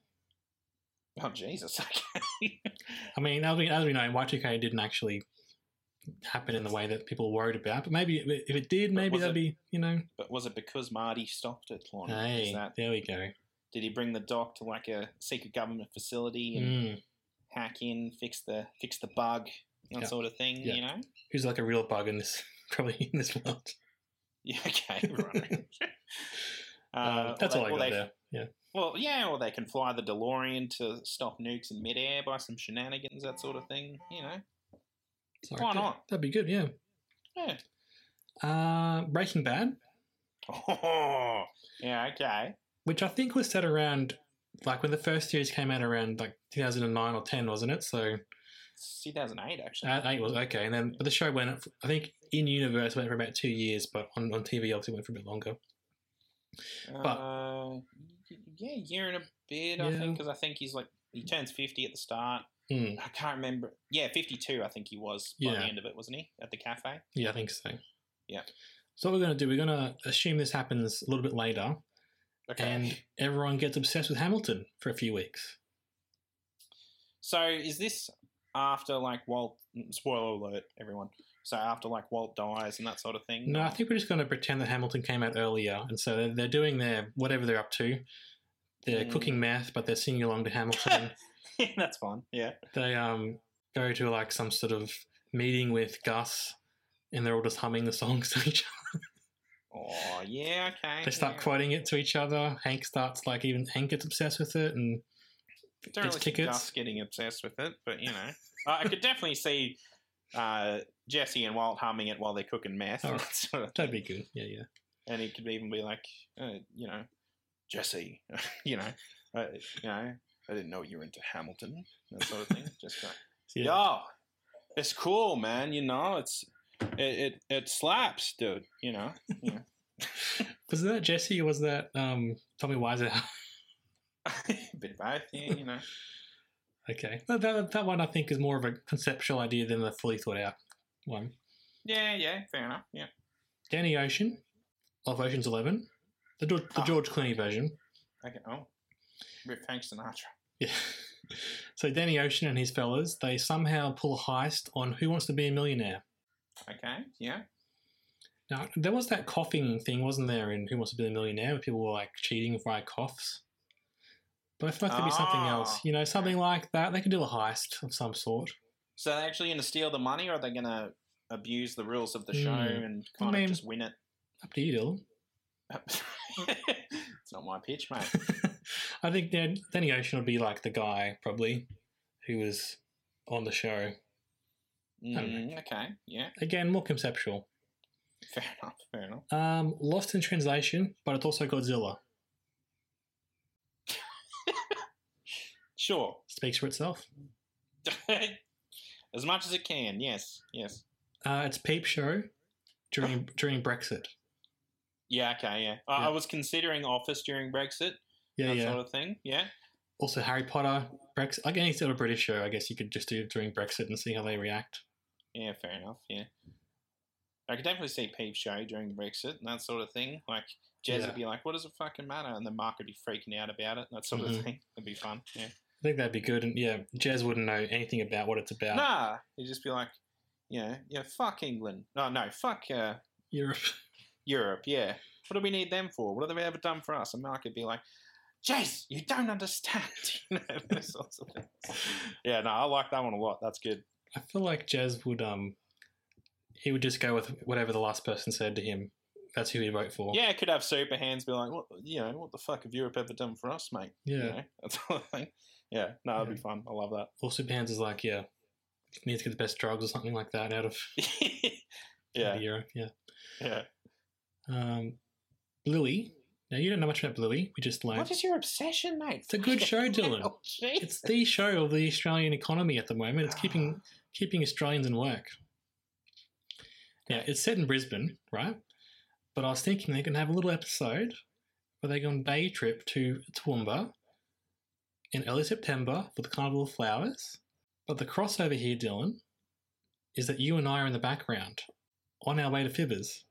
Speaker 2: Oh, Jesus. [LAUGHS] Okay.
Speaker 1: I mean, as we, as we know, Y2K didn't actually happen in the way that people worried about, but maybe if it- if it did,
Speaker 2: But
Speaker 1: maybe
Speaker 2: was
Speaker 1: that'd
Speaker 2: it-
Speaker 1: be, you know,
Speaker 2: but was it because Marty stopped it, Lon?
Speaker 1: Hey,
Speaker 2: Is that,
Speaker 1: there we go.
Speaker 2: did he bring the doc to like a secret government facility and
Speaker 1: Mm.
Speaker 2: hack in, fix the fix the bug, that
Speaker 1: Yeah.
Speaker 2: sort of thing,
Speaker 1: Yeah.
Speaker 2: you know? [LAUGHS]
Speaker 1: Who's like a real bug in this, [LAUGHS] probably in this world.
Speaker 2: Yeah,
Speaker 1: [LAUGHS]
Speaker 2: okay, right. uh,
Speaker 1: Uh, that's
Speaker 2: or
Speaker 1: all
Speaker 2: they-
Speaker 1: I
Speaker 2: or
Speaker 1: got
Speaker 2: they-
Speaker 1: there. Yeah.
Speaker 2: Well, yeah, or they can fly the DeLorean to stop nukes in midair by some shenanigans, that sort of thing, you know?
Speaker 1: Sorry.
Speaker 2: why
Speaker 1: That-
Speaker 2: not?
Speaker 1: That'd be good, yeah.
Speaker 2: Yeah. [LAUGHS]
Speaker 1: Uh, Breaking Bad,
Speaker 2: Oh, yeah, okay.
Speaker 1: which I think was set around, like when the first series came out around like 2009 or 10, wasn't it? So
Speaker 2: It's 2008, actually.
Speaker 1: uh, 8 was okay. And then but the show went, f- I think in universe went for about two years, but on, on TV obviously went for a bit longer. but-
Speaker 2: uh, y- yeah, year and a bit, I
Speaker 1: Yeah.
Speaker 2: think, because I think he's like he turns 50 at the start.
Speaker 1: Mm.
Speaker 2: I can't remember. Yeah, 52, I think he was by the
Speaker 1: Yeah.
Speaker 2: end of it, wasn't he? At the cafe.
Speaker 1: Yeah, I think so.
Speaker 2: Yeah.
Speaker 1: So what we're going to do, we're going to assume this happens a little bit later
Speaker 2: Okay.
Speaker 1: and everyone gets obsessed with Hamilton for a few weeks.
Speaker 2: so is this after like Walt? mm, Spoiler alert, everyone. So after like Walt dies and that sort of thing.
Speaker 1: No, I
Speaker 2: [LAUGHS] or-
Speaker 1: think we're just going to pretend that Hamilton came out earlier, and so they're, they're doing their whatever they're up to. They're
Speaker 2: Mm.
Speaker 1: cooking math, but they're singing along to
Speaker 2: [LAUGHS]
Speaker 1: Hamilton.
Speaker 2: that's fun. Yeah.
Speaker 1: they um go to like some sort of meeting with Gus, and they're all just humming the songs to each other.
Speaker 2: Oh yeah. Okay.
Speaker 1: They start
Speaker 2: yeah.
Speaker 1: quoting it to each other. Hank starts like even Hank gets obsessed with it, and
Speaker 2: Don't
Speaker 1: gets
Speaker 2: really see
Speaker 1: tickets.
Speaker 2: Gus getting obsessed with it, but you know, [LAUGHS] I I could definitely see uh, Jesse and Walt humming it while they're cooking meth.
Speaker 1: Oh,
Speaker 2: and that sort of
Speaker 1: that'd
Speaker 2: thing.
Speaker 1: be good. Yeah, yeah.
Speaker 2: and he could even be like, uh, you know, Jesse, [LAUGHS] you know, uh, you know, I didn't know you were into Hamilton, that sort of thing. Just like,
Speaker 1: So, yeah.
Speaker 2: yo, it's cool, man. You know, it's it it, it slaps, dude. You know, [LAUGHS] yeah.
Speaker 1: Was that Jesse or was that um Tommy Wiseau? [LAUGHS]
Speaker 2: bit of both, yeah, you know.
Speaker 1: okay, that, that that one I think is more of a conceptual idea than the fully thought out one.
Speaker 2: Yeah, yeah, fair enough. Yeah.
Speaker 1: Danny Ocean of Ocean's Eleven, the, Geor- the
Speaker 2: Ah. Okay. Oh, Rip Frank Sinatra.
Speaker 1: Yeah. [LAUGHS] So Danny Ocean and his fellas, they somehow pull a heist on Who Wants to Be a Millionaire.
Speaker 2: Okay. Yeah.
Speaker 1: Now there was that coughing thing, wasn't there, in Who Wants to Be a Millionaire, where people were like cheating via coughs. But I feel like there'd be something else,
Speaker 2: Ah.
Speaker 1: you know, something like that. They could do a heist of some sort.
Speaker 2: So they're actually going to steal the money, or are they going to abuse the rules of the show
Speaker 1: Hmm.
Speaker 2: and kind
Speaker 1: mean-
Speaker 2: of just win it? [LAUGHS]
Speaker 1: Up to you, Dylan.
Speaker 2: it's not my pitch, mate.
Speaker 1: [LAUGHS] I think Dan- Danny Ocean would be like the guy probably who was on the show.
Speaker 2: Mm, okay. Yeah. [LAUGHS]
Speaker 1: Again, more conceptual.
Speaker 2: Fair enough. Fair enough.
Speaker 1: Um, Lost in Translation, but it's also Godzilla.
Speaker 2: Sure. [LAUGHS]
Speaker 1: Speaks for itself.
Speaker 2: as much as it can. Yes. Yes.
Speaker 1: Uh, it's Peep Show during during Brexit.
Speaker 2: Yeah. Okay. Yeah. I,
Speaker 1: Yeah.
Speaker 2: I was considering Office during Brexit.
Speaker 1: Yeah,
Speaker 2: that
Speaker 1: yeah.
Speaker 2: Sort of thing. Yeah.
Speaker 1: Also Harry Potter, Brexit. Like any sort of British show, I guess you could just do during Brexit and see how they react.
Speaker 2: Yeah. Fair enough. Yeah. I could definitely see Peep Show during the Brexit and that sort of thing. Like, Jez
Speaker 1: Yeah.
Speaker 2: would be like, what does it fucking matter? And the market would be freaking out about it and that sort
Speaker 1: Mhm.
Speaker 2: of thing. [LAUGHS] It'd be fun. Yeah.
Speaker 1: I think that'd be good. And yeah, Jez wouldn't know anything about what it's about.
Speaker 2: Nah. He'd just be like, you know, yeah, fuck England. No, no, fuck uh,
Speaker 1: Europe.
Speaker 2: Europe. Yeah. What do we need them for? What have they ever done for us? And Mark would be like, Jez, you don't understand. [LAUGHS] you know, those sorts of things. Yeah, no, I like that one a lot. That's good.
Speaker 1: I feel like Jez would um, he would just go with whatever the last person said to him. That's who he'd vote for.
Speaker 2: Yeah, it could have super hands be like, what, you know, what the fuck have Europe ever done for us, mate? You
Speaker 1: Yeah.
Speaker 2: know, [LAUGHS] that sort of thing. Yeah, no, it'd be fun. I love that. [LAUGHS]
Speaker 1: Or Superhands is like, yeah, needs to get the best drugs or something like that out of, out
Speaker 2: yeah,
Speaker 1: of Europe. Yeah.
Speaker 2: yeah.
Speaker 1: Um, Bluey. Now you don't know much about Bluey. We just learned.
Speaker 2: What is your obsession, mate?
Speaker 1: It's a good
Speaker 2: [LAUGHS]
Speaker 1: show, Dylan.
Speaker 2: Oh, jeez.
Speaker 1: it's the show of the Australian economy at the moment. It's keeping keeping Australians in work. Now it's set in Brisbane, right? But I was thinking they can have a little episode where they go on day trip to Toowoomba in early September for the Carnival of Flowers. But the crossover here, Dylan, is that you and I are in the background on our way to Fibbers.
Speaker 2: [LAUGHS]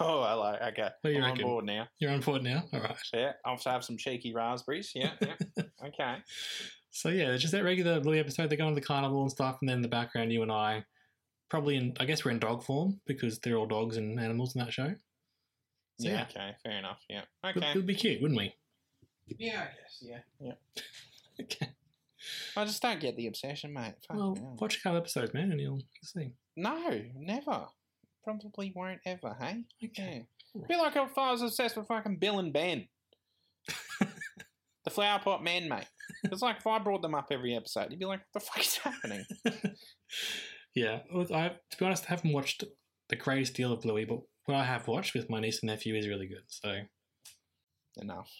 Speaker 2: Oh, I like. Okay,
Speaker 1: What do you
Speaker 2: I'm
Speaker 1: reckon?
Speaker 2: on board now.
Speaker 1: You're on board now, all right?
Speaker 2: Yeah, I'll have some cheeky raspberries. Yeah,
Speaker 1: [LAUGHS]
Speaker 2: yeah. okay.
Speaker 1: So yeah, it's just that regular Bluey episode. They go into the carnival and stuff, and then in the background, you and I, probably in I guess we're in dog form because they're all dogs and animals in that show. So,
Speaker 2: Yeah,
Speaker 1: yeah,
Speaker 2: okay, fair enough. Yeah,
Speaker 1: it would-
Speaker 2: okay.
Speaker 1: it would be cute, wouldn't we? [LAUGHS]
Speaker 2: Yeah, I guess. Yeah, yeah.
Speaker 1: Okay.
Speaker 2: I just don't get the obsession, mate. Fuck
Speaker 1: Well,
Speaker 2: hell.
Speaker 1: watch a couple episodes, man, and you'll see.
Speaker 2: No, never. Probably won't ever. Hey.
Speaker 1: [LAUGHS] Okay.
Speaker 2: Yeah. Be like if I was obsessed with fucking Bill
Speaker 1: [LAUGHS]
Speaker 2: and Ben, the flower pot man, mate. It's like if I brought them up every episode, you'd be like, "What the fuck
Speaker 1: [LAUGHS]
Speaker 2: is happening?"
Speaker 1: yeah, well, I to be honest, I haven't watched the greatest deal of Bluey, but what I have watched with my niece and nephew is really good. So
Speaker 2: Enough.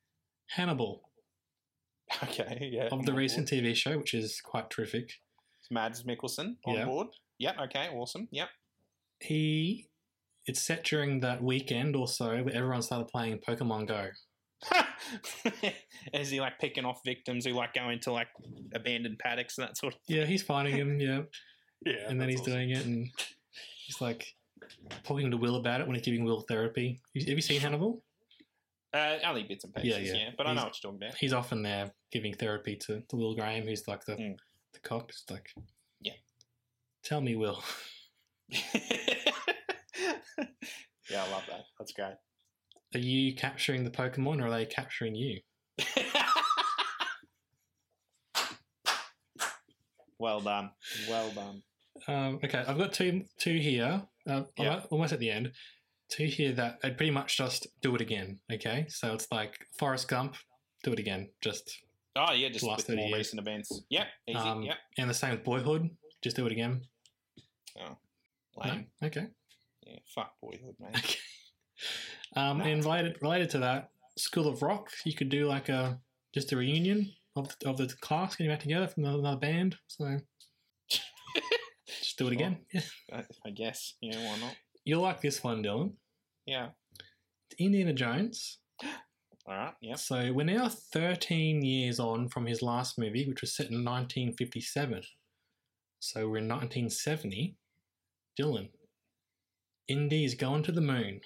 Speaker 2: [LAUGHS]
Speaker 1: Hannibal
Speaker 2: Okay. Yeah. I'm
Speaker 1: of
Speaker 2: on
Speaker 1: the
Speaker 2: board.
Speaker 1: recent TV show, which is quite terrific.
Speaker 2: Mads Mikkelsen on
Speaker 1: Yeah.
Speaker 2: board. Yep. Okay. Awesome. Yep. [LAUGHS]
Speaker 1: He, it's set during that weekend or so where everyone started playing Pokemon Go.
Speaker 2: Is he like picking off victims who like go into like abandoned paddocks and that sort of?
Speaker 1: Yeah, he's finding
Speaker 2: [LAUGHS]
Speaker 1: him. Yeah,
Speaker 2: Yeah.
Speaker 1: and then he's doing it, and he's like talking to Will about it when he's giving Will therapy. Have you seen Hannibal?
Speaker 2: Uh, only bits and
Speaker 1: Yeah,
Speaker 2: pieces. Yeah.
Speaker 1: yeah.
Speaker 2: But I know
Speaker 1: He's-
Speaker 2: what you're talking about.
Speaker 1: He's often there giving therapy to, to Will Graham, who's like the
Speaker 2: Mm.
Speaker 1: the cop. It's like,
Speaker 2: Yeah.
Speaker 1: tell me, Will.
Speaker 2: [LAUGHS] yeah, I love that. That's great.
Speaker 1: Are you capturing the Pokemon or are they capturing you?
Speaker 2: well done. Well done.
Speaker 1: Um, okay, I've got two two here. Uh, I'm
Speaker 2: Yeah.
Speaker 1: at- almost at the end. Two here that they pretty much just do it again. Okay, so it's like Forrest Gump, do it again. Just
Speaker 2: Oh yeah, just
Speaker 1: Last
Speaker 2: with
Speaker 1: 30
Speaker 2: more
Speaker 1: years.
Speaker 2: recent events. Yep. Easy.
Speaker 1: um,
Speaker 2: yep.
Speaker 1: and the same with Boyhood, just do it again.
Speaker 2: Lame.
Speaker 1: No? Okay. [LAUGHS]
Speaker 2: Yeah. Fuck boyhood, man.
Speaker 1: Okay. Um,
Speaker 2: No.
Speaker 1: And related related to that, School of Rock, you could do like a just a reunion of the, of the class getting back together from another band.
Speaker 2: [LAUGHS]
Speaker 1: So just do it again. Yeah.
Speaker 2: I, I guess. Yeah. Why not?
Speaker 1: You'll like this one, Dylan.
Speaker 2: Yeah.
Speaker 1: Indiana Jones.
Speaker 2: All right. Yep.
Speaker 1: So we're now 13 years on from his last movie, which was set in 1957. So we're in 1970. Dylan, Indy's going to the moon.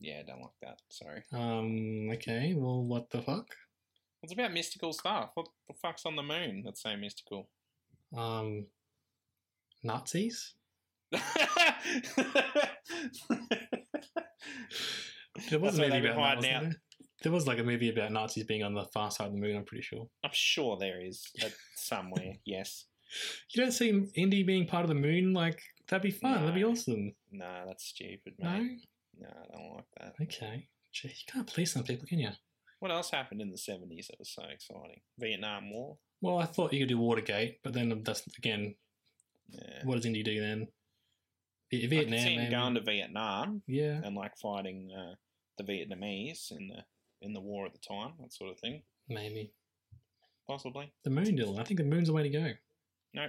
Speaker 2: Yeah. Don't like that. Sorry.
Speaker 1: Um, okay, well, what the fuck?
Speaker 2: It's about mystical stuff. What the fuck's on the moon? That's
Speaker 1: [LAUGHS]
Speaker 2: so mystical. [LAUGHS]
Speaker 1: um, Nazis. There was
Speaker 2: That's
Speaker 1: a
Speaker 2: where
Speaker 1: movie
Speaker 2: they've been
Speaker 1: about that,
Speaker 2: hiding
Speaker 1: wasn't
Speaker 2: out.
Speaker 1: there? There was like a movie about Nazis being on the far side of the moon. I'm pretty sure.
Speaker 2: I'm sure there is uh,
Speaker 1: [LAUGHS]
Speaker 2: somewhere. Yes.
Speaker 1: You don't see Indy being part of the moon. Like that'd be fun. That'd be
Speaker 2: No.
Speaker 1: awesome.
Speaker 2: Nah, that's stupid,
Speaker 1: No.
Speaker 2: mate. No, I don't like that.
Speaker 1: Okay. Gee, you can't please some people, can you?
Speaker 2: What else happened in the 70s that was so exciting? Vietnam War.
Speaker 1: Well, I thought you could do Watergate, but then that's again,
Speaker 2: Yeah.
Speaker 1: what does Indy do then? V-
Speaker 2: I could
Speaker 1: Vietnam.
Speaker 2: see him
Speaker 1: maybe.
Speaker 2: going to Vietnam
Speaker 1: yeah.
Speaker 2: and like fighting uh, the Vietnamese in the in the war at the time, that sort of thing,
Speaker 1: Maybe
Speaker 2: possibly.
Speaker 1: the moon, Dylan. I think the moon's the way to go.
Speaker 2: No,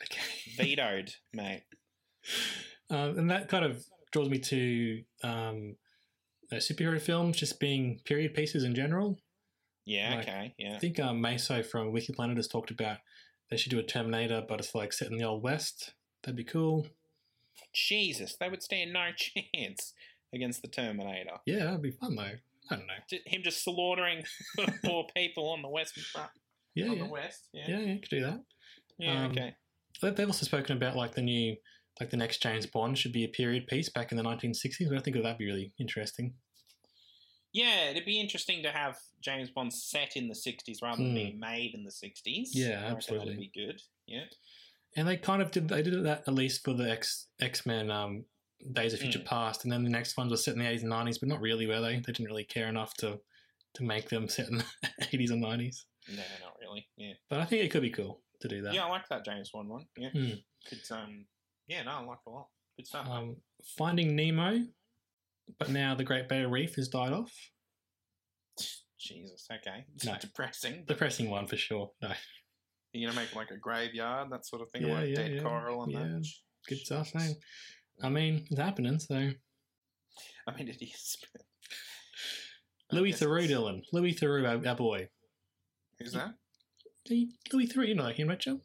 Speaker 1: Okay. [LAUGHS]
Speaker 2: vetoed, mate.
Speaker 1: Um, and that kind of draws me to um, uh, superhero films just being period pieces in general.
Speaker 2: Yeah,
Speaker 1: Like,
Speaker 2: okay, yeah.
Speaker 1: I think um, Meso from Wiki Planet has talked about they should do a Terminator, but it's like set in the Old West. That'd be cool.
Speaker 2: Jesus, they would stand no [LAUGHS] chance against the Terminator.
Speaker 1: Yeah, that'd be fun though. I don't know.
Speaker 2: Ju- Him just slaughtering [LAUGHS] poor people on the Western Front.
Speaker 1: Yeah,
Speaker 2: on
Speaker 1: yeah.
Speaker 2: the West. Yeah.
Speaker 1: yeah, yeah, could do that.
Speaker 2: Yeah,
Speaker 1: Um,
Speaker 2: okay.
Speaker 1: They- They've also spoken about like the new, like the next James Bond should be a period piece back in the 1960s. I think that'd be really interesting.
Speaker 2: Yeah, it'd be interesting to have James Bond set in the 60s rather than
Speaker 1: Hmm.
Speaker 2: being made in the 60s.
Speaker 1: Yeah,
Speaker 2: I reckon
Speaker 1: absolutely.
Speaker 2: That'd be good. Yeah.
Speaker 1: And they kind of did. They did that at least for the X X Men um, Days of Future
Speaker 2: Mm.
Speaker 1: Past, and then the next ones were set in the 80s and 90s, but not really, were they? They didn't really care enough to to make them set in the [LAUGHS] 80s and 90s.
Speaker 2: No, not really. Yeah.
Speaker 1: But I think it could be cool to do that.
Speaker 2: Yeah, I like that James Bond one. Yeah.
Speaker 1: Hmm.
Speaker 2: It's, um, yeah, no, I like it a lot. Good stuff.
Speaker 1: um, Finding Nemo, but now the Great Barrier Reef has died off.
Speaker 2: [LAUGHS] Jesus, okay. It's
Speaker 1: No.
Speaker 2: depressing.
Speaker 1: Depressing one for sure. No,
Speaker 2: You're gonna make like a graveyard, that sort of thing,
Speaker 1: Yeah,
Speaker 2: like
Speaker 1: yeah,
Speaker 2: dead
Speaker 1: yeah.
Speaker 2: coral and
Speaker 1: Yeah.
Speaker 2: that.
Speaker 1: good stuff. eh?
Speaker 2: Jeez.
Speaker 1: I mean, it's happening. So
Speaker 2: I mean, it is. but- I
Speaker 1: Louis
Speaker 2: guess
Speaker 1: Theroux,
Speaker 2: it's-
Speaker 1: Dylan. Louis Theroux, our, our boy.
Speaker 2: Who's that?
Speaker 1: He- Louis Theroux, you know him, Rachel.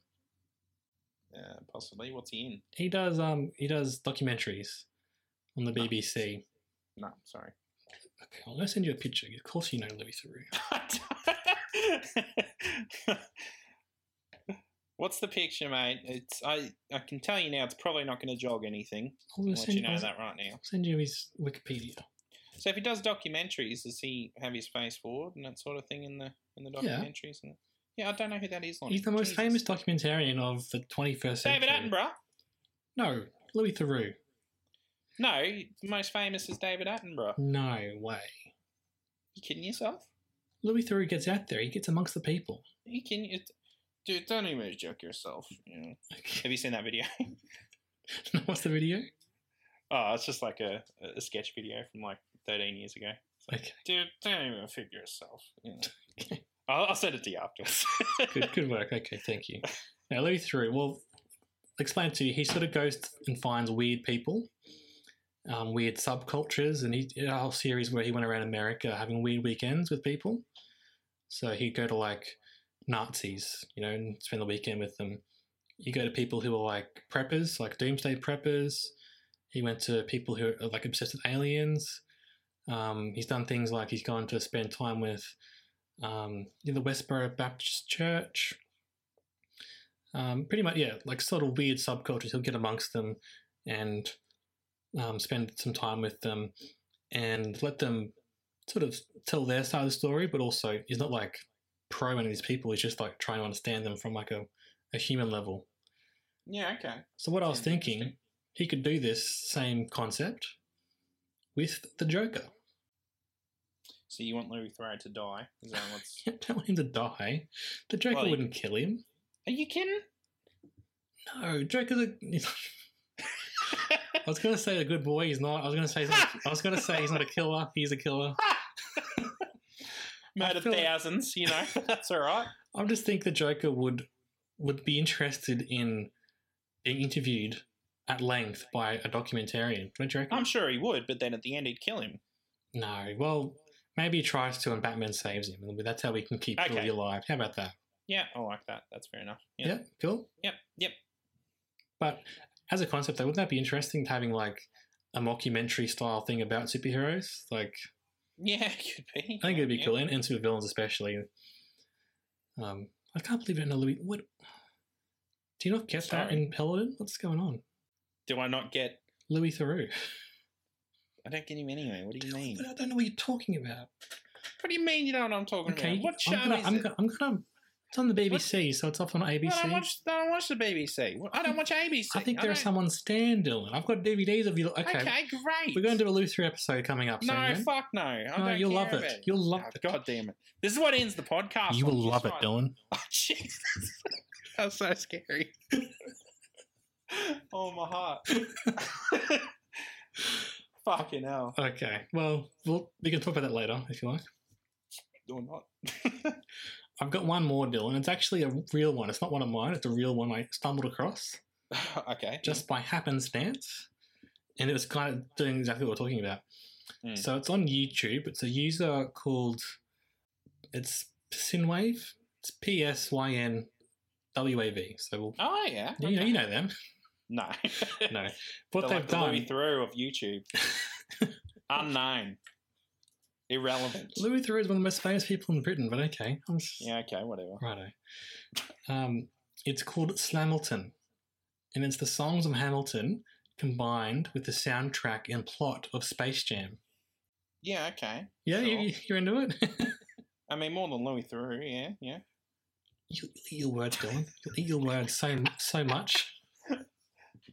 Speaker 2: Uh, possibly. What's he in?
Speaker 1: He does um he does documentaries on the BBC.
Speaker 2: No, sorry.
Speaker 1: Okay, I'm gonna send you a picture. Of course, you know Louis Theroux.
Speaker 2: [LAUGHS] What's the picture, mate? It's I. I can tell you now. It's probably not going to jog anything.
Speaker 1: I'm
Speaker 2: I'll
Speaker 1: gonna
Speaker 2: let
Speaker 1: send
Speaker 2: you know
Speaker 1: I'll-
Speaker 2: that right now.
Speaker 1: I'll send you his Wikipedia.
Speaker 2: So if he does documentaries, does he have his face forward and that sort of thing in the in the
Speaker 1: Yeah.
Speaker 2: documentaries? Yeah, and, yeah I don't know who that is. Lonnie.
Speaker 1: He's the most
Speaker 2: Jesus.
Speaker 1: famous documentarian of the 21st century.
Speaker 2: David Attenborough.
Speaker 1: No, Louis Theroux.
Speaker 2: No, the most famous is David Attenborough.
Speaker 1: No way.
Speaker 2: You kidding yourself?
Speaker 1: Louis Theroux gets out there. He gets amongst the people. [LAUGHS]
Speaker 2: You can, it, dude. Don't even joke yourself. You know. Have you seen that video?
Speaker 1: [LAUGHS]
Speaker 2: [LAUGHS]
Speaker 1: What's the video?
Speaker 2: oh, it's just like a, a sketch video from like 13 years ago. It's like,
Speaker 1: Okay.
Speaker 2: dude, don't even figure yourself. You know. I'll, I'll send it to you afterwards.
Speaker 1: Good, good work. Okay, thank you. Now, Louis Theroux. Well, explain to you. He sort of goes and finds weird people, um, weird subcultures, and he did a whole series where he went around America having weird weekends with people. So he'd go to like Nazis, you know, and spend the weekend with them. You go to people who are like preppers, like doomsday preppers. He went to people who are like obsessed with aliens. Um, he's done things like he's gone to spend time with um, in the Westboro Baptist Church. Um, pretty much, yeah, like sort of weird subcultures. He'll get amongst them and um, spend some time with them and let them sort of tell their side of the story, but also he's not like pro any of these people. He's just like trying to understand them from like a, a human level.
Speaker 2: [LAUGHS] yeah, okay.
Speaker 1: So what I was
Speaker 2: Sounds
Speaker 1: thinking,
Speaker 2: interesting.
Speaker 1: he could do this same concept with the Joker.
Speaker 2: So you want Louis Theroux to die? Is that what's?
Speaker 1: Can't tell him to die. The Joker
Speaker 2: Well, he-
Speaker 1: wouldn't kill him.
Speaker 2: Are you kidding? [LAUGHS]
Speaker 1: No, Joker's a. I was gonna say a good boy. He's not. I was gonna say. He's not, I was gonna say he's not a killer. He's a
Speaker 2: [LAUGHS]
Speaker 1: killer.
Speaker 2: Murder
Speaker 1: feel like-
Speaker 2: thousands,
Speaker 1: [LAUGHS]
Speaker 2: you know. That's all right.
Speaker 1: I just think the Joker would would be interested in being interviewed at length by a documentarian. Don't you reckon?
Speaker 2: I'm sure he would, but then at the end he'd kill him.
Speaker 1: no. Well, maybe he tries to, and Batman saves him. and That's how we can keep
Speaker 2: Okay.
Speaker 1: Louis alive. How about that?
Speaker 2: Yeah, I like that. That's fair enough.
Speaker 1: Yeah.
Speaker 2: Yeah.
Speaker 1: Cool.
Speaker 2: Yep. Yep.
Speaker 1: But as a concept, though, wouldn't that be interesting? Having like a mockumentary style thing about superheroes, like.
Speaker 2: Yeah, [LAUGHS] it could be.
Speaker 1: I think it'd be
Speaker 2: Yeah.
Speaker 1: cool, and, and super villains especially. Um, I can't believe it. No, Louis, what? Do you not get that
Speaker 2: Sorry.
Speaker 1: in Paladin? What's going on,
Speaker 2: Do I not get?
Speaker 1: Louis Theroux? [LAUGHS]
Speaker 2: I don't get him anyway. What do you mean?
Speaker 1: But I don't know what you're talking about.
Speaker 2: What do you mean you don't know what I'm talking
Speaker 1: Okay,
Speaker 2: about? What show
Speaker 1: I'm gonna,
Speaker 2: is
Speaker 1: I'm,
Speaker 2: it?
Speaker 1: Gonna, I'm gonna. It's on the BBC, so it's off on ABC.
Speaker 2: I don't watch. I don't watch the BBC. Well, I don't watch ABC.
Speaker 1: I think there is
Speaker 2: don't-
Speaker 1: someone stand, Dylan. I've got DVDs of you. Okay,
Speaker 2: Okay, great.
Speaker 1: we're going to do a Louis Theroux episode coming up.
Speaker 2: No,
Speaker 1: soon, then.
Speaker 2: fuck no. I
Speaker 1: No,
Speaker 2: don't
Speaker 1: you'll
Speaker 2: care
Speaker 1: love it.
Speaker 2: about
Speaker 1: You'll love
Speaker 2: Oh,
Speaker 1: it.
Speaker 2: God damn it! This is what ends the podcast.
Speaker 1: You will
Speaker 2: That's
Speaker 1: love it,
Speaker 2: right.
Speaker 1: Dylan.
Speaker 2: [LAUGHS] Oh, Jesus, [LAUGHS] that's so scary. [LAUGHS] oh my heart. [LAUGHS] Fucking hell,
Speaker 1: Okay, well, we'll we can talk about that later if you like.
Speaker 2: or not? [LAUGHS]
Speaker 1: I've got one more, Dylan. It's actually a real one. It's not one of mine. It's a real one I stumbled across.
Speaker 2: okay.
Speaker 1: just by happenstance, and it was kind of doing exactly what we're talking about.
Speaker 2: Mm.
Speaker 1: So it's on YouTube. It's a user called it's Synwave. It's P S Y N W A V. So we'll
Speaker 2: Oh yeah.
Speaker 1: you know
Speaker 2: okay.
Speaker 1: you know them.
Speaker 2: [LAUGHS] No.
Speaker 1: [LAUGHS] No.
Speaker 2: They're
Speaker 1: What they've
Speaker 2: like the Louis
Speaker 1: done,
Speaker 2: Theroux of
Speaker 1: [LAUGHS]
Speaker 2: YouTube. Unknown. Irrelevant.
Speaker 1: Louis Theroux is one of the most famous people in Britain, but okay. I'm s-
Speaker 2: Yeah, okay, whatever.
Speaker 1: Righto. Um, it's called Slamilton, and it's the songs of Hamilton combined with the soundtrack and plot of Space Jam.
Speaker 2: Yeah, okay.
Speaker 1: Yeah,
Speaker 2: Sure.
Speaker 1: you, you're into it. [LAUGHS]
Speaker 2: I mean, more than Louis Theroux, yeah, yeah.
Speaker 1: you eat your words, Dylan. You eat your words so so
Speaker 2: [LAUGHS]
Speaker 1: much.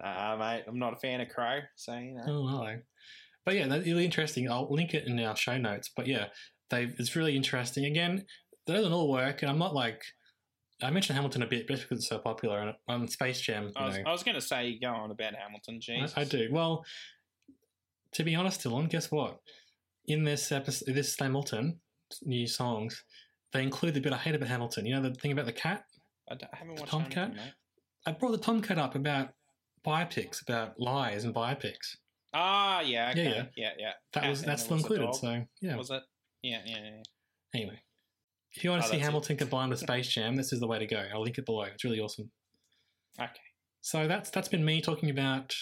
Speaker 2: Nah, mate, I'm not a fan of Crow, so, you know.
Speaker 1: Oh, hello. But yeah, that's really interesting. I'll link it in our show notes. But yeah, they it's really interesting. Again, that doesn't all work, and I'm not like I mentioned Hamilton a bit just because it's so popular, and on Space Jam, you
Speaker 2: I was,
Speaker 1: know.
Speaker 2: I was going to say, you go on about Hamilton,
Speaker 1: I-
Speaker 2: Jesus.
Speaker 1: I do. Well, to be honest, Dylan, guess what? In this episode, this Hamilton new songs, they include the bit I hate about Hamilton. You know the thing about the cat.
Speaker 2: I, d- I haven't watched
Speaker 1: Tomcat?
Speaker 2: Hamilton, mate.
Speaker 1: I brought the Tomcat up about biopics, about lies and biopics.
Speaker 2: Ah, yeah,
Speaker 1: Yeah,
Speaker 2: okay. Yeah, yeah.
Speaker 1: That
Speaker 2: Cat
Speaker 1: was
Speaker 2: and
Speaker 1: that's still
Speaker 2: there was a
Speaker 1: included.
Speaker 2: dog,
Speaker 1: So yeah.
Speaker 2: Was it? Yeah, yeah, yeah.
Speaker 1: Anyway, if you want
Speaker 2: Oh,
Speaker 1: to see
Speaker 2: that's it.
Speaker 1: Hamilton
Speaker 2: [LAUGHS]
Speaker 1: combined with Space Jam, this is the way to go. I'll link it below. It's really awesome.
Speaker 2: Okay.
Speaker 1: So that's that's been me talking about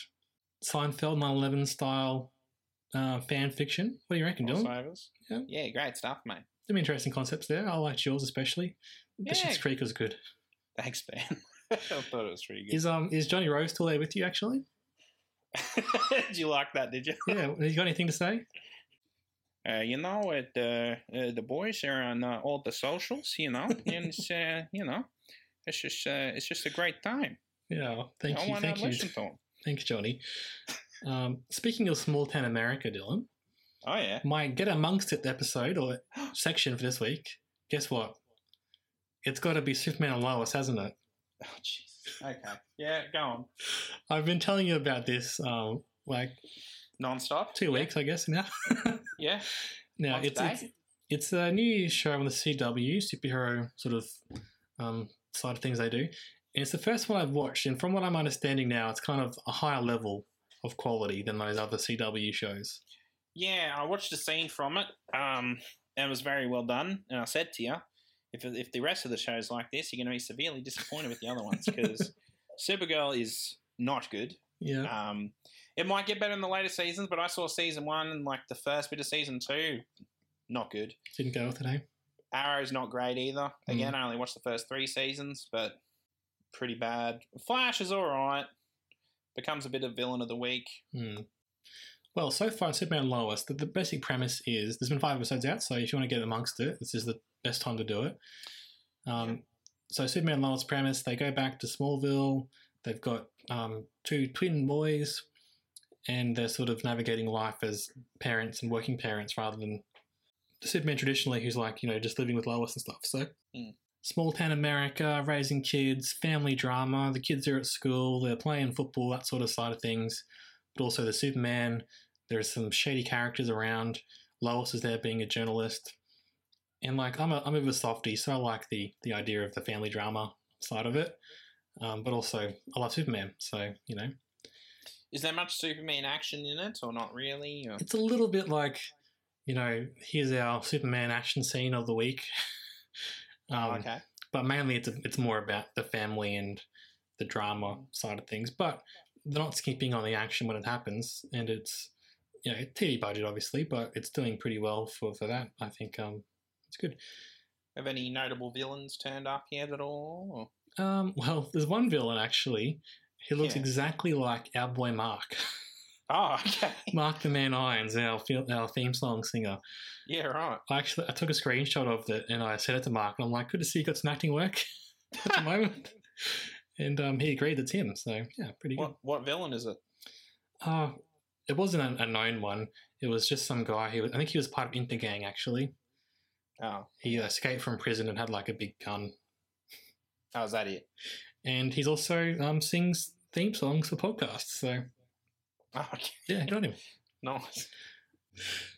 Speaker 1: Seinfeld 9/11 style uh, fan fiction. What do you reckon, Dylan?
Speaker 2: Crossovers.
Speaker 1: Yeah.
Speaker 2: yeah, great stuff, mate.
Speaker 1: some interesting concepts there. I liked yours especially. The
Speaker 2: Yeah.
Speaker 1: Shit's Creek was good.
Speaker 2: Thanks, Ben. [LAUGHS] I thought it was pretty good.
Speaker 1: Is um is Johnny Rose still there with you actually?
Speaker 2: [LAUGHS] did you like that? Did you?
Speaker 1: Yeah. [LAUGHS] Has he got anything to say?
Speaker 2: Uh, you know, it, uh, uh, the boys are on uh, all the socials.
Speaker 1: [LAUGHS]
Speaker 2: You know, and it's, uh, you know, it's just uh, it's just a great time.
Speaker 1: Yeah. Thank
Speaker 2: I
Speaker 1: you.
Speaker 2: want to
Speaker 1: Thank you.
Speaker 2: listen to them.
Speaker 1: Thanks, Johnny. Um, speaking of small town America, Dylan,
Speaker 2: Oh yeah,
Speaker 1: my Get Amongst It episode or section for this week. Guess what? It's got to be Superman and Lois, hasn't it?
Speaker 2: oh jeez. Okay, yeah, go on.
Speaker 1: I've been telling you about this um, like
Speaker 2: Non-stop.
Speaker 1: two weeks, I guess now.
Speaker 2: Yeah.
Speaker 1: now
Speaker 2: Once a
Speaker 1: it's,
Speaker 2: day?
Speaker 1: it's it's a new show on the CW superhero sort of um, side of things they do. And it's the first one I've watched, and from what I'm understanding now, it's kind of a higher level of quality than those other CW shows.
Speaker 2: Yeah, I watched a scene from it, um, and it was very well done. And I said to you, if, if the rest of the show's like this, you're going to be severely disappointed with the other ones because Supergirl is not good.
Speaker 1: Yeah,
Speaker 2: Um, it might get better in the later seasons, but I saw season one and like the first bit of season two, not good.
Speaker 1: didn't go with it. Eh?
Speaker 2: Arrow's not great either. Again, I only watched the first three seasons, but pretty bad. Flash is all right. Becomes a bit of villain of the week.
Speaker 1: Hmm. Well, so far, Superman and Lois, the, the basic premise is there's been five episodes out, so if you want to get amongst it, this is the best time to do it. Um, So, Superman and Lois' premise they go back to Smallville, they've got um, two twin boys, and they're sort of navigating life as parents and working parents rather than Superman traditionally, who's like, you know, just living with Lois and stuff. So,
Speaker 2: Mm.
Speaker 1: small town America, raising kids, family drama, the kids are at school, they're playing football, that sort of side of things but also the Superman. There are some shady characters around. Lois is there being a journalist, and like I'm a I'm a bit of a softy, so I like the the idea of the family drama side of it. Um, but also I love Superman, so you know
Speaker 2: Is there much Superman action in it, or not really? Or...
Speaker 1: it's a little bit like you know here's our Superman action scene of the week. [LAUGHS]
Speaker 2: Oh,
Speaker 1: Um,
Speaker 2: okay.
Speaker 1: but mainly it's it's more about the family and the drama side of things. But they're not skipping on the action when it happens, and it's you know TV budget obviously, but it's doing pretty well for for that. I think um, it's good.
Speaker 2: Have any notable villains turned up yet at all? Or...
Speaker 1: Um, well, there's one villain actually. He looks
Speaker 2: Yeah.
Speaker 1: exactly like our boy Mark,
Speaker 2: Oh, [LAUGHS] okay.
Speaker 1: Mark the Man Irons, our fil- our theme song singer.
Speaker 2: yeah, right.
Speaker 1: I actually I took a screenshot of it and I sent it to Mark, and I'm like, good to see you got some acting work [LAUGHS] at the moment. And um, he agreed it's him, so yeah, pretty good.
Speaker 2: What what villain is it?
Speaker 1: Uh, it wasn't a, a known one. It was just some guy who I think he was part of Intergang actually.
Speaker 2: Oh,
Speaker 1: He uh, escaped from prison and had like a big gun.
Speaker 2: oh, is that it? [LAUGHS]
Speaker 1: And he's also um, sings theme songs for podcasts. So
Speaker 2: Oh, okay.
Speaker 1: yeah, got him.
Speaker 2: Nice.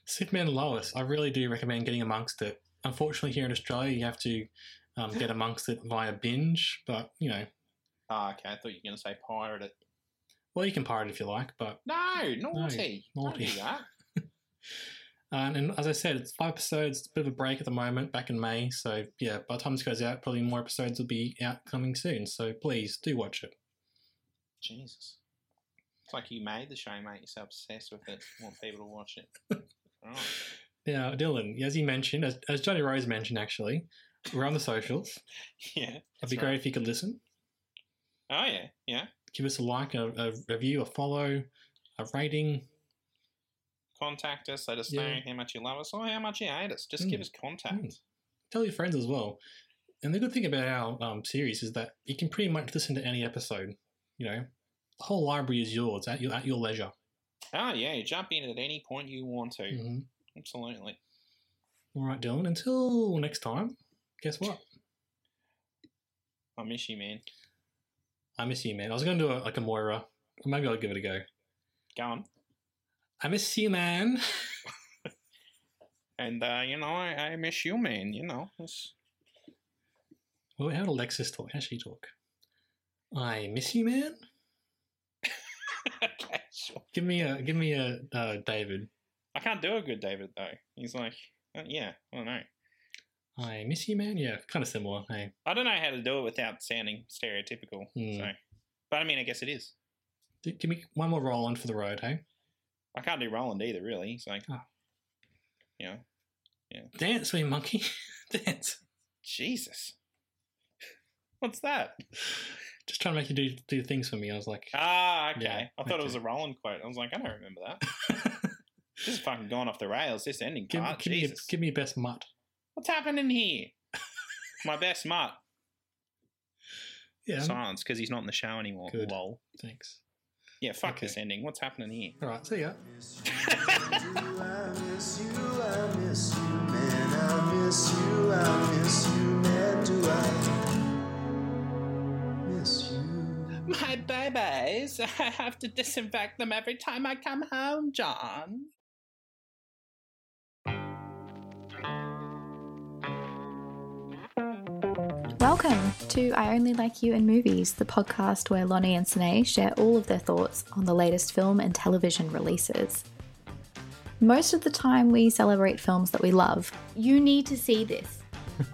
Speaker 1: Superman and Lois. I really do recommend getting amongst it. Unfortunately, here in Australia, you have to um, get amongst it via binge. But you know,
Speaker 2: Oh, okay. I thought you were going to say pirate it.
Speaker 1: well, you can pirate it if you like. But
Speaker 2: No, naughty.
Speaker 1: naughty.
Speaker 2: Don't do that.
Speaker 1: um, and as I said, it's five episodes. It's a bit of a break at the moment, back in May. So yeah, by the time this goes out, probably more episodes will be out coming soon. So please do watch it.
Speaker 2: Jesus. It's like you made the show, mate. You're so obsessed with it. You want people to watch
Speaker 1: [LAUGHS]
Speaker 2: it. Right.
Speaker 1: Now, Dylan, as you mentioned, as, as Johnny Rose mentioned, actually, we're on the socials.
Speaker 2: Yeah.
Speaker 1: It'd be great if you could listen.
Speaker 2: Oh, yeah. Yeah.
Speaker 1: Give us a like, a, a review, a follow, a rating.
Speaker 2: Contact us. Let us know
Speaker 1: Yeah.
Speaker 2: how much you love us or how much you hate us. Just give
Speaker 1: Mm.
Speaker 2: us contact.
Speaker 1: Mm. Tell your friends as well. And the good thing about our um, series is that you can pretty much listen to any episode. You know, the whole library is yours at your at your leisure. Hmm.
Speaker 2: Oh, yeah. You jump in at any point you want to.
Speaker 1: Mhm.
Speaker 2: Absolutely.
Speaker 1: All right, Dylan. Until next time, guess what?
Speaker 2: I miss you, man.
Speaker 1: I miss you, man. I was going to do a, like a Moira. Maybe I'll give it a go.
Speaker 2: Go on.
Speaker 1: I miss you, man. [LAUGHS]
Speaker 2: And, uh, you know, I, I miss you, man. You know, it's, [LAUGHS]
Speaker 1: Well, how did Alexis talk? How she talk? I miss you, man.
Speaker 2: okay, sure.
Speaker 1: Give me a give me a uh, David.
Speaker 2: I can't do a good David, though. He's like, uh, yeah, I don't know.
Speaker 1: I miss you, man. Yeah, kind of similar. Hey,
Speaker 2: I don't know how to do it without sounding stereotypical.
Speaker 1: Hmm.
Speaker 2: So, but I mean, I guess it is.
Speaker 1: D- give me one more roll on for the road. Hey,
Speaker 2: I can't do Roland either, really. So,
Speaker 1: Ah.
Speaker 2: you know,
Speaker 1: dance, we monkey, [LAUGHS] dance.
Speaker 2: Jesus, [LAUGHS] what's that?
Speaker 1: Just trying to make you do do things for me. I was like, [LAUGHS]
Speaker 2: Ah, okay.
Speaker 1: Yeah,
Speaker 2: I thought it was a
Speaker 1: okay.
Speaker 2: Roland quote. I was like, I don't remember that. this is fucking gone off the rails. This ending
Speaker 1: give,
Speaker 2: part,
Speaker 1: give me a,
Speaker 2: Jesus,
Speaker 1: give me your best mutt.
Speaker 2: what's happening here? [LAUGHS] My best mate,
Speaker 1: Yeah,
Speaker 2: silence, because he's not in the show anymore.
Speaker 1: Good.
Speaker 2: Lol.
Speaker 1: thanks.
Speaker 2: Yeah, fuck
Speaker 1: Okay.
Speaker 2: this ending. What's happening here?
Speaker 1: All right, see ya.
Speaker 3: I miss you, I miss you, man. I miss you, I miss you, man. Do I miss you?
Speaker 2: My babies, [LAUGHS] I have to disinfect them every time I come home, John.
Speaker 5: Welcome to I Only Like You in Movies, the podcast where Lonnie and Sine share all of their thoughts on the latest film and television releases. Most of the time, we celebrate films that we love. You need to see this.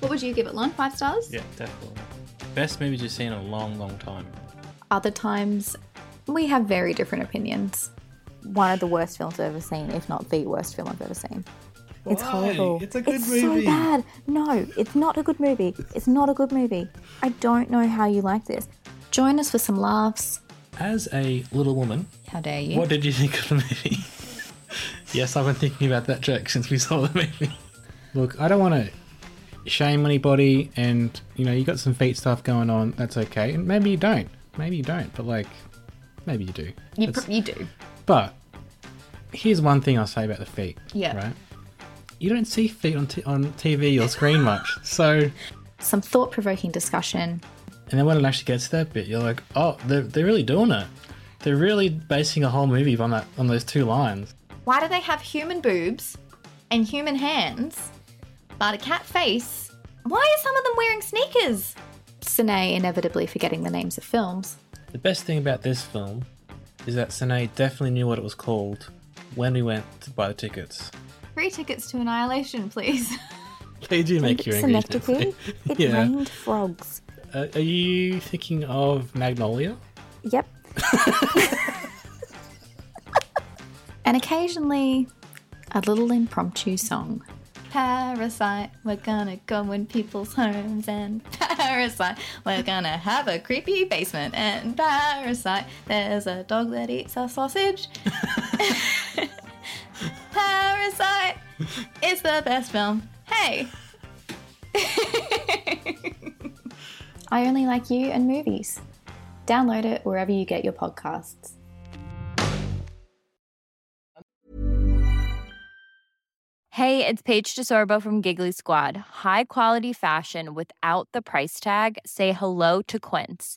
Speaker 5: what would you give it, Lon? Five stars?
Speaker 1: Yeah, definitely. Best movies you've seen in a long, long time.
Speaker 5: Other times, we have very different opinions.
Speaker 6: One of the worst films I've ever seen, if not the worst film I've ever seen. It's
Speaker 1: Why?
Speaker 6: horrible.
Speaker 1: It's a good
Speaker 6: it's
Speaker 1: movie.
Speaker 6: so bad. No, it's not a good movie. It's not a good movie. I don't know how you like this.
Speaker 5: Join us for some laughs.
Speaker 1: As a little woman,
Speaker 5: How dare you?
Speaker 1: what did you think of the movie? [LAUGHS] yes, I've been thinking about that joke since we saw the movie.
Speaker 7: Look, I don't want to shame anybody, and you know, you got some feet stuff going on. That's okay, and maybe you don't. Maybe you don't, but like, maybe you do.
Speaker 5: you,
Speaker 7: That's-
Speaker 5: pr- you do.
Speaker 7: But here's one thing I'll say about the feet.
Speaker 5: Yeah.
Speaker 7: Right. You don't see feet on t- on TV or screen
Speaker 5: [LAUGHS]
Speaker 7: much, so and
Speaker 5: Some thought provoking discussion.
Speaker 7: then when it actually gets to that bit, you're like, oh, they're, they're really doing it. They're really basing a whole movie on that on those two lines.
Speaker 5: Why do they have human boobs and human hands, but a cat face? Why are some of them wearing sneakers? Sine inevitably forgetting the names of films.
Speaker 7: The best thing about this film is that Sine definitely knew what it was called when we went to buy the tickets.
Speaker 5: Free tickets to Annihilation, please.
Speaker 7: They do make you angry. don't
Speaker 5: [LAUGHS]
Speaker 6: Symmetrically,
Speaker 7: they?
Speaker 1: [LAUGHS]
Speaker 6: it
Speaker 7: yeah.
Speaker 6: rained frogs.
Speaker 7: Uh, are you thinking of Magnolia?
Speaker 6: Yep.
Speaker 5: [LAUGHS] and occasionally, a little impromptu song. Parasite, we're gonna go in people's homes and parasite, we're gonna have a creepy basement and parasite, there's a dog that eats a sausage. [LAUGHS] parasite, it's the best film. Hey!
Speaker 6: I only like you and movies.
Speaker 5: Download it wherever you get your podcasts.
Speaker 8: Hey, it's Paige DeSorbo from Giggly Squad. High quality fashion without the price tag. Say hello to Quince.